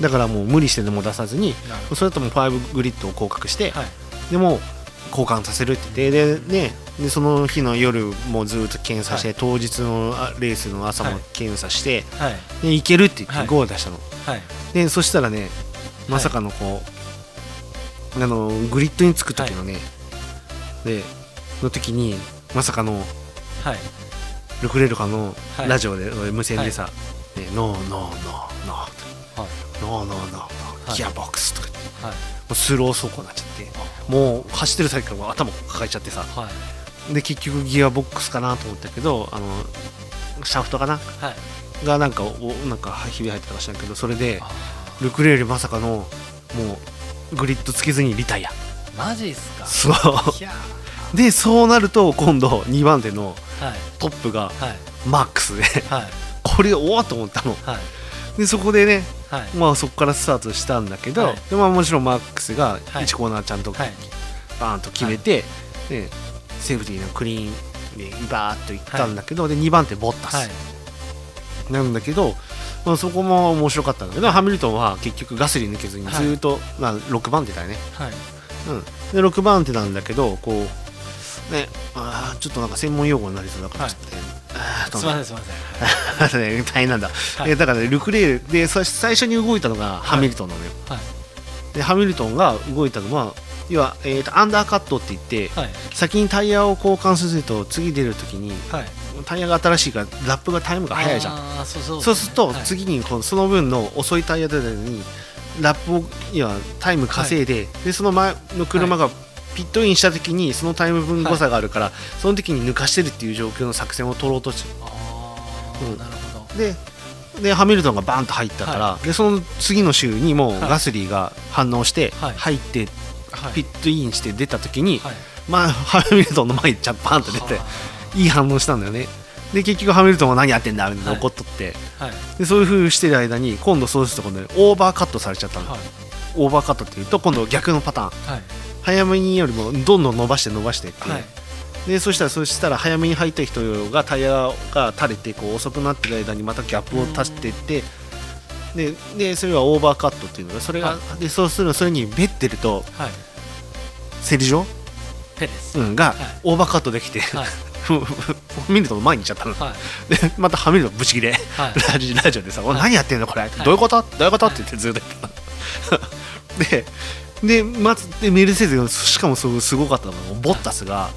Speaker 3: だからもう無理してでも出さずに
Speaker 2: なるほ
Speaker 3: それとも5グリッドを降格して、
Speaker 2: はい
Speaker 3: でも交換させるって言ってでねでその日の夜もずっと検査して、
Speaker 2: は
Speaker 3: 当日のあレースの朝も
Speaker 2: はい
Speaker 3: 検査して、
Speaker 2: はい
Speaker 3: でいけるって言っ
Speaker 2: は
Speaker 3: て
Speaker 2: い
Speaker 3: ゴール出したの、
Speaker 2: はい
Speaker 3: でそしたらねまさかのこう、あのグリッドにつく時のね、での時にまさかの
Speaker 2: はい
Speaker 3: ルクレルカの
Speaker 2: はい
Speaker 3: ラジオで、無線でさ、ね、ノーノーノーノー、
Speaker 2: はい
Speaker 3: ノーノーノーノ
Speaker 2: は
Speaker 3: ー
Speaker 2: い
Speaker 3: ギアボックスとか言って
Speaker 2: はい
Speaker 3: もうスロー走行になっちゃってもう走ってる先から頭抱えちゃってさ
Speaker 2: はい
Speaker 3: で結局ギアボックスかなと思ったけどあのシャフトかな
Speaker 2: はい
Speaker 3: がなんかおなんかひび入ってたかしらんけどそれで
Speaker 2: あ
Speaker 3: ルクレールまさかのもうグリッドつけずにリタイア
Speaker 2: ーマジっすか
Speaker 3: そう
Speaker 2: いや
Speaker 3: でそうなると今度2番手の
Speaker 2: ーはい
Speaker 3: トップが
Speaker 2: はい
Speaker 3: マックスで
Speaker 2: はい
Speaker 3: これおおと思ったの
Speaker 2: はい
Speaker 3: でそこでね
Speaker 2: はい
Speaker 3: まあそこからスタートしたんだけど、
Speaker 2: はい
Speaker 3: でまあ、もちろんマックスが
Speaker 2: はい
Speaker 3: 1コーナーちゃんと
Speaker 2: はい
Speaker 3: バーンと決めて、でセーフティーのクリーンでバーっといったんだけど、で2番手ボッタス、
Speaker 2: はい
Speaker 3: なんだけど、まあ、そこも面白かったんだけどハミルトンは結局ガスリ抜けずにずーっと、まあ、6番手だよね、
Speaker 2: はい
Speaker 3: うん、で6番手なんだけどこうねあーちょっとなんか専門用語になりそうだから、
Speaker 2: はい
Speaker 3: ちょっとねあー
Speaker 2: す
Speaker 3: と
Speaker 2: みませんすみません
Speaker 3: あとね大変なんだ、
Speaker 2: はい
Speaker 3: えだからねルクレールでさ最初に動いたのがハミルトンなのよ、
Speaker 2: はい
Speaker 3: でハミルトンが動いたのは要は、えーとアンダーカットって言って、
Speaker 2: はい
Speaker 3: 先にタイヤを交換すると次出るときに
Speaker 2: はい
Speaker 3: タイヤが新しいからラップがタイムが速いじゃん
Speaker 2: あーそうそう
Speaker 3: そうすると
Speaker 2: はい
Speaker 3: 次にこのその分の遅いタイヤ出たのにラップを要はタイム稼いで,、でその前の車がピットインしたときにそのタイム分誤差があるから、その時に抜かしてるっていう状況の作戦を取ろうとして
Speaker 2: あー
Speaker 3: うん
Speaker 2: なるほど
Speaker 3: ででハミルトンがバンと入ったから、でその次の週にもう
Speaker 2: はい
Speaker 3: ガスリーが反応して
Speaker 2: はい
Speaker 3: 入って
Speaker 2: はい
Speaker 3: ピットインして出た時に、
Speaker 2: はい
Speaker 3: まあ、ハミルトンの前にちゃんバンと出ていい反応したんだよねで結局ハミルトンは何やってんだみたいな
Speaker 2: はい
Speaker 3: 怒っとって、
Speaker 2: はい
Speaker 3: でそういう風にしてる間に今度そうすると今度オーバーカットされちゃったの、
Speaker 2: はい
Speaker 3: オーバーカットっていうと今度逆のパターン
Speaker 2: はい
Speaker 3: 早めによりもどんどん伸ばして伸ばしてっていう、
Speaker 2: はい
Speaker 3: でそしたらそしたら早めに入った人がタイヤが垂れてこう遅くなってる間にまたギャップを足していってででそれはオーバーカットっていうのがそれが、
Speaker 2: は
Speaker 3: でそうするとそれにベッテルと
Speaker 2: はい
Speaker 3: セルジョ、
Speaker 2: ペレス
Speaker 3: うん、が
Speaker 2: い
Speaker 3: オーバーカットできて、
Speaker 2: はい
Speaker 3: もうハミルトンの前に行っちゃったの、
Speaker 2: はい
Speaker 3: でまたハミルトンブチ切れ、
Speaker 2: はい
Speaker 3: ラジラジオでさ「おい
Speaker 2: はい
Speaker 3: 何やってんのこれ、どういうことどういうこと?」って言ってずっと言ってたででまずでメルセデスしかもそうすごかったのがボッタスが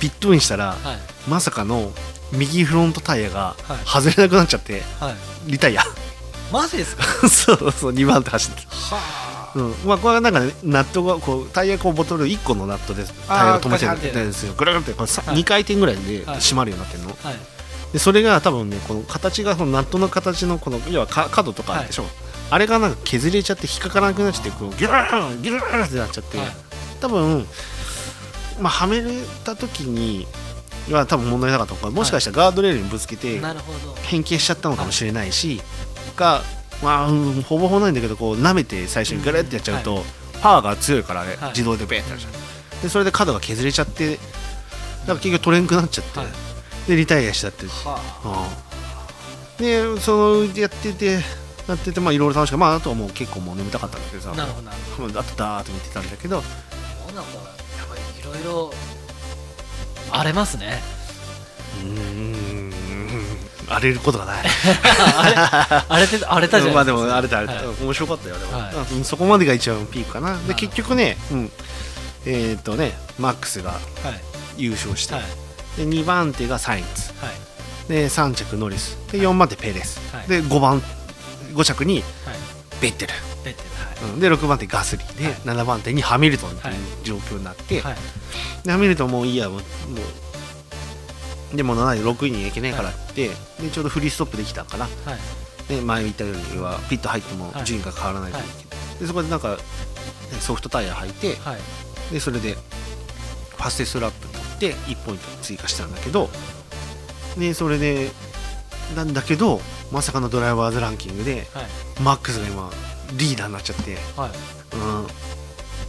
Speaker 3: ピットインしたら、
Speaker 2: はい
Speaker 3: まさかの右フロントタイヤが
Speaker 2: はい
Speaker 3: 外れなくなっちゃって、
Speaker 2: はい
Speaker 3: リタイア
Speaker 2: マジですか
Speaker 3: そうそう2番手走って
Speaker 2: は
Speaker 3: うんまあ、これはなんか、ね、ナットがこうタイヤこうボトル1個のナットでタイヤを止めて
Speaker 2: あーガシャンって
Speaker 3: るんですよぐるぐるってこれさ
Speaker 2: はい
Speaker 3: 2回転ぐらいで
Speaker 2: はい
Speaker 3: 閉まるようになってるの、
Speaker 2: あはい
Speaker 3: でそれが多分ねこの形がそのナットの形のこの要はか角とかあるでしょ、あれがなんか削れちゃって引っかからなくなっちゃってこうギューンギューンってなっちゃって、
Speaker 2: はい
Speaker 3: 多分、まあ、はめれた時には多分問題なかったのかもしかしたらガードレールにぶつけて
Speaker 2: なるほど
Speaker 3: 変形しちゃったのかもしれないし、がまあうんほぼほぼないんだけどこう舐めて最初にガラッてやっちゃうと、パワーが強いからね、
Speaker 2: はい
Speaker 3: 自動でベーってなっちゃうでそれで角が削れちゃってだから結局取れんくなっちゃって、
Speaker 2: はい
Speaker 3: でリタイアしちゃって
Speaker 2: は
Speaker 3: うんでそのやっててやっててまあいろいろ楽しかったまああとはもう結構もう眠たかったんだけどさ
Speaker 2: あなるほどなるほ
Speaker 3: もうだってだーっと見てたんだけど
Speaker 2: どモナコはいろいろ荒れますね
Speaker 3: うん荒れることがない
Speaker 2: 荒れて荒れたじゃ
Speaker 3: ま
Speaker 2: な
Speaker 3: あ
Speaker 2: いで
Speaker 3: で
Speaker 2: すか、
Speaker 3: も荒れた荒れた、
Speaker 2: は
Speaker 3: 面白かったよでも、
Speaker 2: はい
Speaker 3: うんそこまでが一番ピークかな
Speaker 2: は
Speaker 3: で
Speaker 2: い
Speaker 3: 結局ね、うんえーっとねマックスが
Speaker 2: はい
Speaker 3: 優勝して、
Speaker 2: はい
Speaker 3: で2番手がサインズ
Speaker 2: はい
Speaker 3: で3着ノリスで4番手ペレス、
Speaker 2: はい
Speaker 3: で5番5着に
Speaker 2: はい
Speaker 3: ベッテル、
Speaker 2: ベッテ
Speaker 3: うんで6番手ガスリーで、
Speaker 2: はい
Speaker 3: 7番手にハミルトンってい
Speaker 2: は
Speaker 3: う
Speaker 2: い
Speaker 3: 状況になって、
Speaker 2: ルはいはい
Speaker 3: でハミルトンもういいやもうもうでも7位6位にはいけないからって、でちょうどフリーストップできたから
Speaker 2: はい
Speaker 3: で前言ったよりはピット入っても
Speaker 2: はい
Speaker 3: 順位が変わらないといけない、でそこでなんかねソフトタイヤ履いて
Speaker 2: はい
Speaker 3: でそれでファステストラップに乗って1ポイント追加したんだけどでそれでなんだけどまさかのドライバーズランキングで
Speaker 2: はい
Speaker 3: マックスが今リーダーになっちゃって、
Speaker 2: はい
Speaker 3: うん、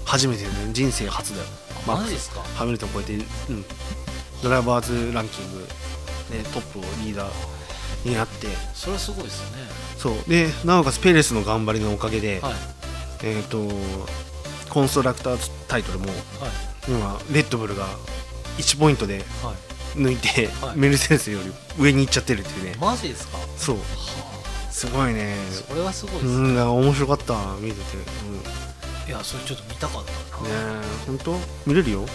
Speaker 3: 初めてだね人生初だよマッ
Speaker 2: マ
Speaker 3: ク
Speaker 2: ジ
Speaker 3: ス
Speaker 2: ですか
Speaker 3: ハミルトン超えて、うん、ドライバーズランキング、ね、トップをリーダーになって
Speaker 2: それはすごいですよね
Speaker 3: そうでなおかつペレスの頑張りのおかげで、
Speaker 2: はい
Speaker 3: えー、とコンストラクタータイトルも
Speaker 2: はい
Speaker 3: 今レッドブルが1ポイントで
Speaker 2: は
Speaker 3: 抜いて、
Speaker 2: はい
Speaker 3: メルセデスより上に行っちゃってるっていうね
Speaker 2: いマジですかは
Speaker 3: そうすごいね
Speaker 2: あそれはすごいで
Speaker 3: う
Speaker 2: すね
Speaker 3: ん面白かった見てて、
Speaker 2: いやそれちょっと見たかった
Speaker 3: うん、ね
Speaker 2: な
Speaker 3: え本当見れるよ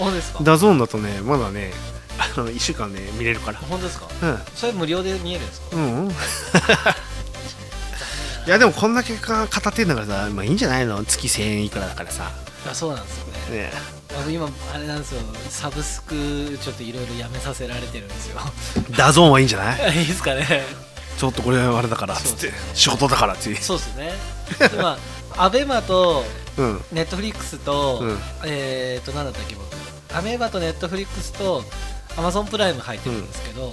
Speaker 2: あですか
Speaker 3: ダゾーンだとねまだねあの1週間ね見れるから
Speaker 2: 本当ですか
Speaker 3: うん
Speaker 2: それ無料で見えるんですか
Speaker 3: うんうんいやでもこんだけか語ってんだからさ、まあ、いいんじゃないの月1000円いくらだからさ
Speaker 2: いやそうなんですよね
Speaker 3: ね
Speaker 2: あの今あれなんですよサブスクちょっといろいろやめさせられてるんですよ
Speaker 3: ダゾーンはいいんじゃない
Speaker 2: いいですかね
Speaker 3: ちょっとこれはあれだからっ
Speaker 2: そう
Speaker 3: つ
Speaker 2: で
Speaker 3: っ
Speaker 2: すね
Speaker 3: て仕事だからっていう
Speaker 2: そうですね今アベマと
Speaker 3: うん
Speaker 2: ネットフリックスと、
Speaker 3: うん
Speaker 2: えっ、と何だったっけ僕アベマとネットフリックスとアマゾンプライム入ってるんですけど、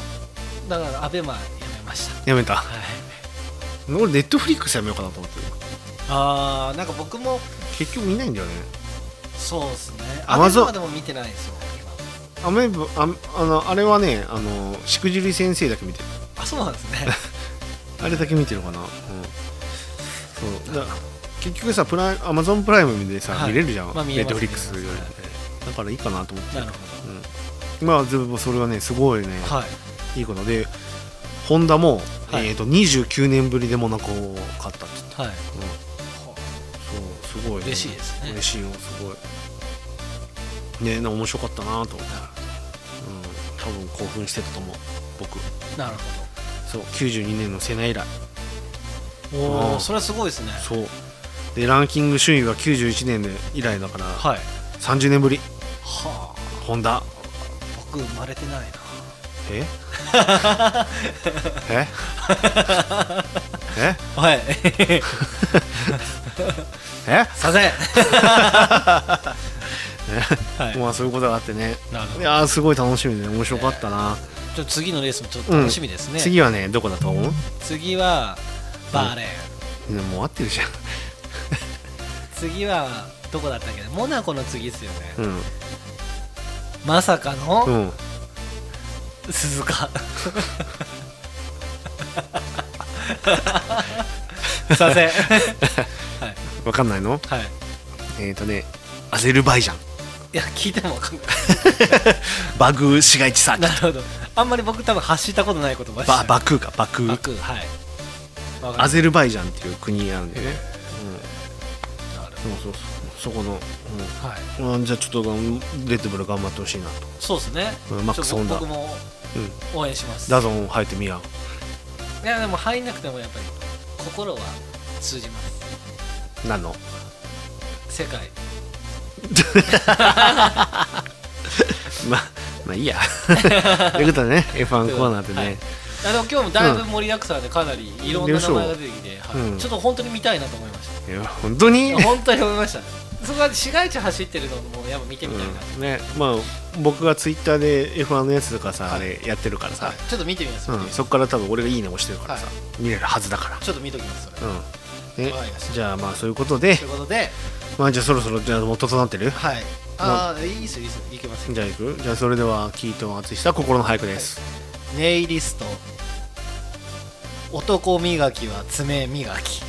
Speaker 2: だからアベマやめました
Speaker 3: やめた
Speaker 2: はい
Speaker 3: 俺ネットフリックスやめようかなと思ってる
Speaker 2: あーなんか僕も
Speaker 3: 結局見ないんだよね
Speaker 2: そうですねアベ
Speaker 3: Amazon
Speaker 2: マでも見てないんですよ今
Speaker 3: アメブああのあれはねあのしくじり先生だけ見てる
Speaker 2: あそうなんです ね
Speaker 3: あれだけ見てるかな、うん、そうだ結局さプライアマゾンプライムでさ、
Speaker 2: はい
Speaker 3: 見れるじゃん、
Speaker 2: まあ見
Speaker 3: ネ
Speaker 2: れ
Speaker 3: ッ
Speaker 2: ます
Speaker 3: トフリックスより、
Speaker 2: 見れま
Speaker 3: だからいいかなと思って
Speaker 2: なる
Speaker 3: まあでもそれはねすごいね、
Speaker 2: ほどはい
Speaker 3: い、いことでホンダも、
Speaker 2: はい
Speaker 3: えー、と29年ぶりでモナコを買ったって言
Speaker 2: は
Speaker 3: って
Speaker 2: い
Speaker 3: そうすごい、
Speaker 2: 嬉しいですね
Speaker 3: 嬉しいよすごいねえ面白かったなと思ったうん多分興奮してたと思う僕
Speaker 2: なる
Speaker 3: そう92年のセナ以来
Speaker 2: ほどお
Speaker 3: う
Speaker 2: お
Speaker 3: ん
Speaker 2: それはすごいですね
Speaker 3: そうでランキング首位が91年で以来だから、
Speaker 2: はい
Speaker 3: 30年ぶり
Speaker 2: はあ
Speaker 3: ホンダ
Speaker 2: 僕生まれてないな
Speaker 3: えええ
Speaker 2: はい
Speaker 3: え
Speaker 2: さ せんはい
Speaker 3: まあそういうことがあってね
Speaker 2: なるほ
Speaker 3: い
Speaker 2: ど
Speaker 3: やーすごい楽しみで面白かったな、
Speaker 2: ちょっと次のレースもちょっと楽しみですね、
Speaker 3: 次はねどこだと思う
Speaker 2: 次はバーレーン、
Speaker 3: ねもう合ってるじゃん
Speaker 2: 次はどこだったっけなモナコの次ですよね、
Speaker 3: うん
Speaker 2: まさか
Speaker 3: う
Speaker 2: の
Speaker 3: ん
Speaker 2: 鈴 鹿させんはい
Speaker 3: わかんないの
Speaker 2: はい
Speaker 3: えっ、ー、とねアゼルバイジャン
Speaker 2: いや聞いてもわかんない
Speaker 3: バグー市街地サーキ
Speaker 2: な
Speaker 3: ッ
Speaker 2: る
Speaker 3: ト
Speaker 2: ほどあんまり僕多分発したことない言葉で
Speaker 3: バ
Speaker 2: した
Speaker 3: バクーかバク
Speaker 2: バ
Speaker 3: ー
Speaker 2: クはいわかりま
Speaker 3: ア
Speaker 2: し
Speaker 3: ゼルバイジャンっていう国があるんだよね、
Speaker 2: たなる
Speaker 3: うん、そうそうそうそこの、
Speaker 2: ほどはい
Speaker 3: うんうん、じゃあちょっとうんレッドブル頑張ってほしいなと
Speaker 2: そうですね
Speaker 3: うんマックス
Speaker 2: ちょっと
Speaker 3: ホ
Speaker 2: 僕
Speaker 3: ン
Speaker 2: も
Speaker 3: うん
Speaker 2: 応援します
Speaker 3: ダゾン入ってみや
Speaker 2: いやでも入んなくてもやっぱり心は通じます
Speaker 3: なんの
Speaker 2: 世界
Speaker 3: ままあいいや ということでね F1 コーナーでね、
Speaker 2: はいあでも今日もだいぶ盛りだくさんでかなりいろんな名前が出てきて、はい
Speaker 3: うん
Speaker 2: ちょっと本当に見たいなと思いました
Speaker 3: いや本当
Speaker 2: い
Speaker 3: に
Speaker 2: や本当に思いましたそこは市街地走ってるのもやっぱ見てみたいな、
Speaker 3: うんねまあ僕がツイッターで F1 のやつとかさ、あれやってるからさ、
Speaker 2: はいちょっと見てみます、
Speaker 3: うん、そこから多分俺がいいね押してるからさ、
Speaker 2: は
Speaker 3: 見れるはずだか
Speaker 2: ちょっと見ときますそれ、
Speaker 3: ら、うんね
Speaker 2: わかりまし、た
Speaker 3: じゃあまあそういうことで
Speaker 2: ということで
Speaker 3: まあじゃあそろそろじゃあ元となってる
Speaker 2: はいああいいっすよいいっすよいけますよ
Speaker 3: じゃあいくじゃあそれではキートン淳した心の俳句です、
Speaker 2: ネイリスト男磨きは爪磨き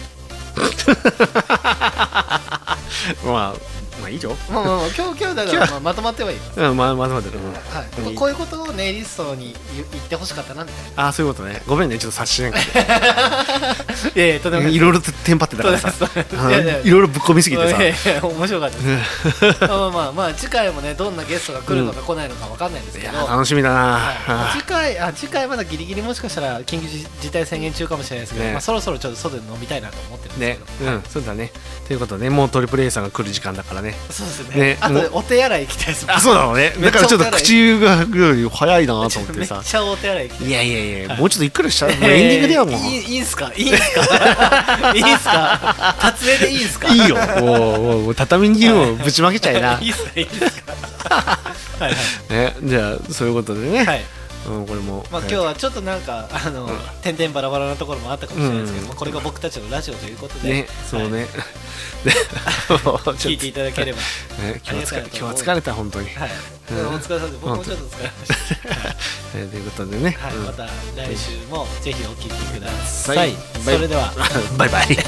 Speaker 3: まあまあいいよ、
Speaker 2: まあまあまあ今 日今日だからまあまとまってはいい、
Speaker 3: うん、まあまだまだ、うん
Speaker 2: はい
Speaker 3: うん
Speaker 2: まあこういうことをネイリストに言言ってほしかったなみたい
Speaker 3: ああそういうことねごめんねちょっと察しな い
Speaker 2: ないやいやとても
Speaker 3: いろいろとテンパってたからさ
Speaker 2: そうです
Speaker 3: あの
Speaker 2: いやいや
Speaker 3: いろいろぶっ込みすぎてさ
Speaker 2: いやいや 面白かった ですまあまあまあ、まあ、次回もねどんなゲストが来るのか来ないのかわかんないんです
Speaker 3: い
Speaker 2: け
Speaker 3: や
Speaker 2: ど、
Speaker 3: 楽しみだ
Speaker 2: はい
Speaker 3: な
Speaker 2: 次回あ次回まだギリギリもしかしたら緊急事態宣言中かもしれないですけど、
Speaker 3: ね
Speaker 2: まあ、そろそろちょっと外で飲みたいなと思ってるんです
Speaker 3: ね
Speaker 2: けど、
Speaker 3: うんそうだねということでもうトリプル A さんが来る時間だからね
Speaker 2: そうですね
Speaker 3: ね
Speaker 2: あ
Speaker 3: もう
Speaker 2: とお手洗い行きたいですもん
Speaker 3: あそうだろうねだからちょっと口が早いなと思っ
Speaker 2: め
Speaker 3: て
Speaker 2: っ
Speaker 3: さ
Speaker 2: ちゃお手洗い行きたい
Speaker 3: いやいやいやもうちょっとゆっく りしたらもうエンディングだよもう
Speaker 2: えーいいいいんすかいいんすか いいんすか達成でいいんすか
Speaker 3: いいよもうもうもう畳にもぶちまけちゃいな、
Speaker 2: いいっすかいいっすかはいはい
Speaker 3: ね、じゃあそういうことでね、
Speaker 2: はい
Speaker 3: うん、これも、
Speaker 2: まあ、今日はちょっとなんか、あの、点々バラバラなところもあったかもしれないですけど、まあこれが僕たちのラジオということで。
Speaker 3: ねそう
Speaker 2: はい
Speaker 3: ね、で もうちょっと
Speaker 2: 聞いていただければ。
Speaker 3: ね、今日は疲
Speaker 2: あ
Speaker 3: れ
Speaker 2: りがたいと
Speaker 3: 今日
Speaker 2: 思う
Speaker 3: は疲れた本当に、
Speaker 2: はい。
Speaker 3: うん
Speaker 2: お疲れ様です。僕もちょっと疲れました。
Speaker 3: え ーということでね、
Speaker 2: はい、
Speaker 3: うん
Speaker 2: また来週もぜひお聞きくださ
Speaker 3: はいい。
Speaker 2: それでは。
Speaker 3: バイバイ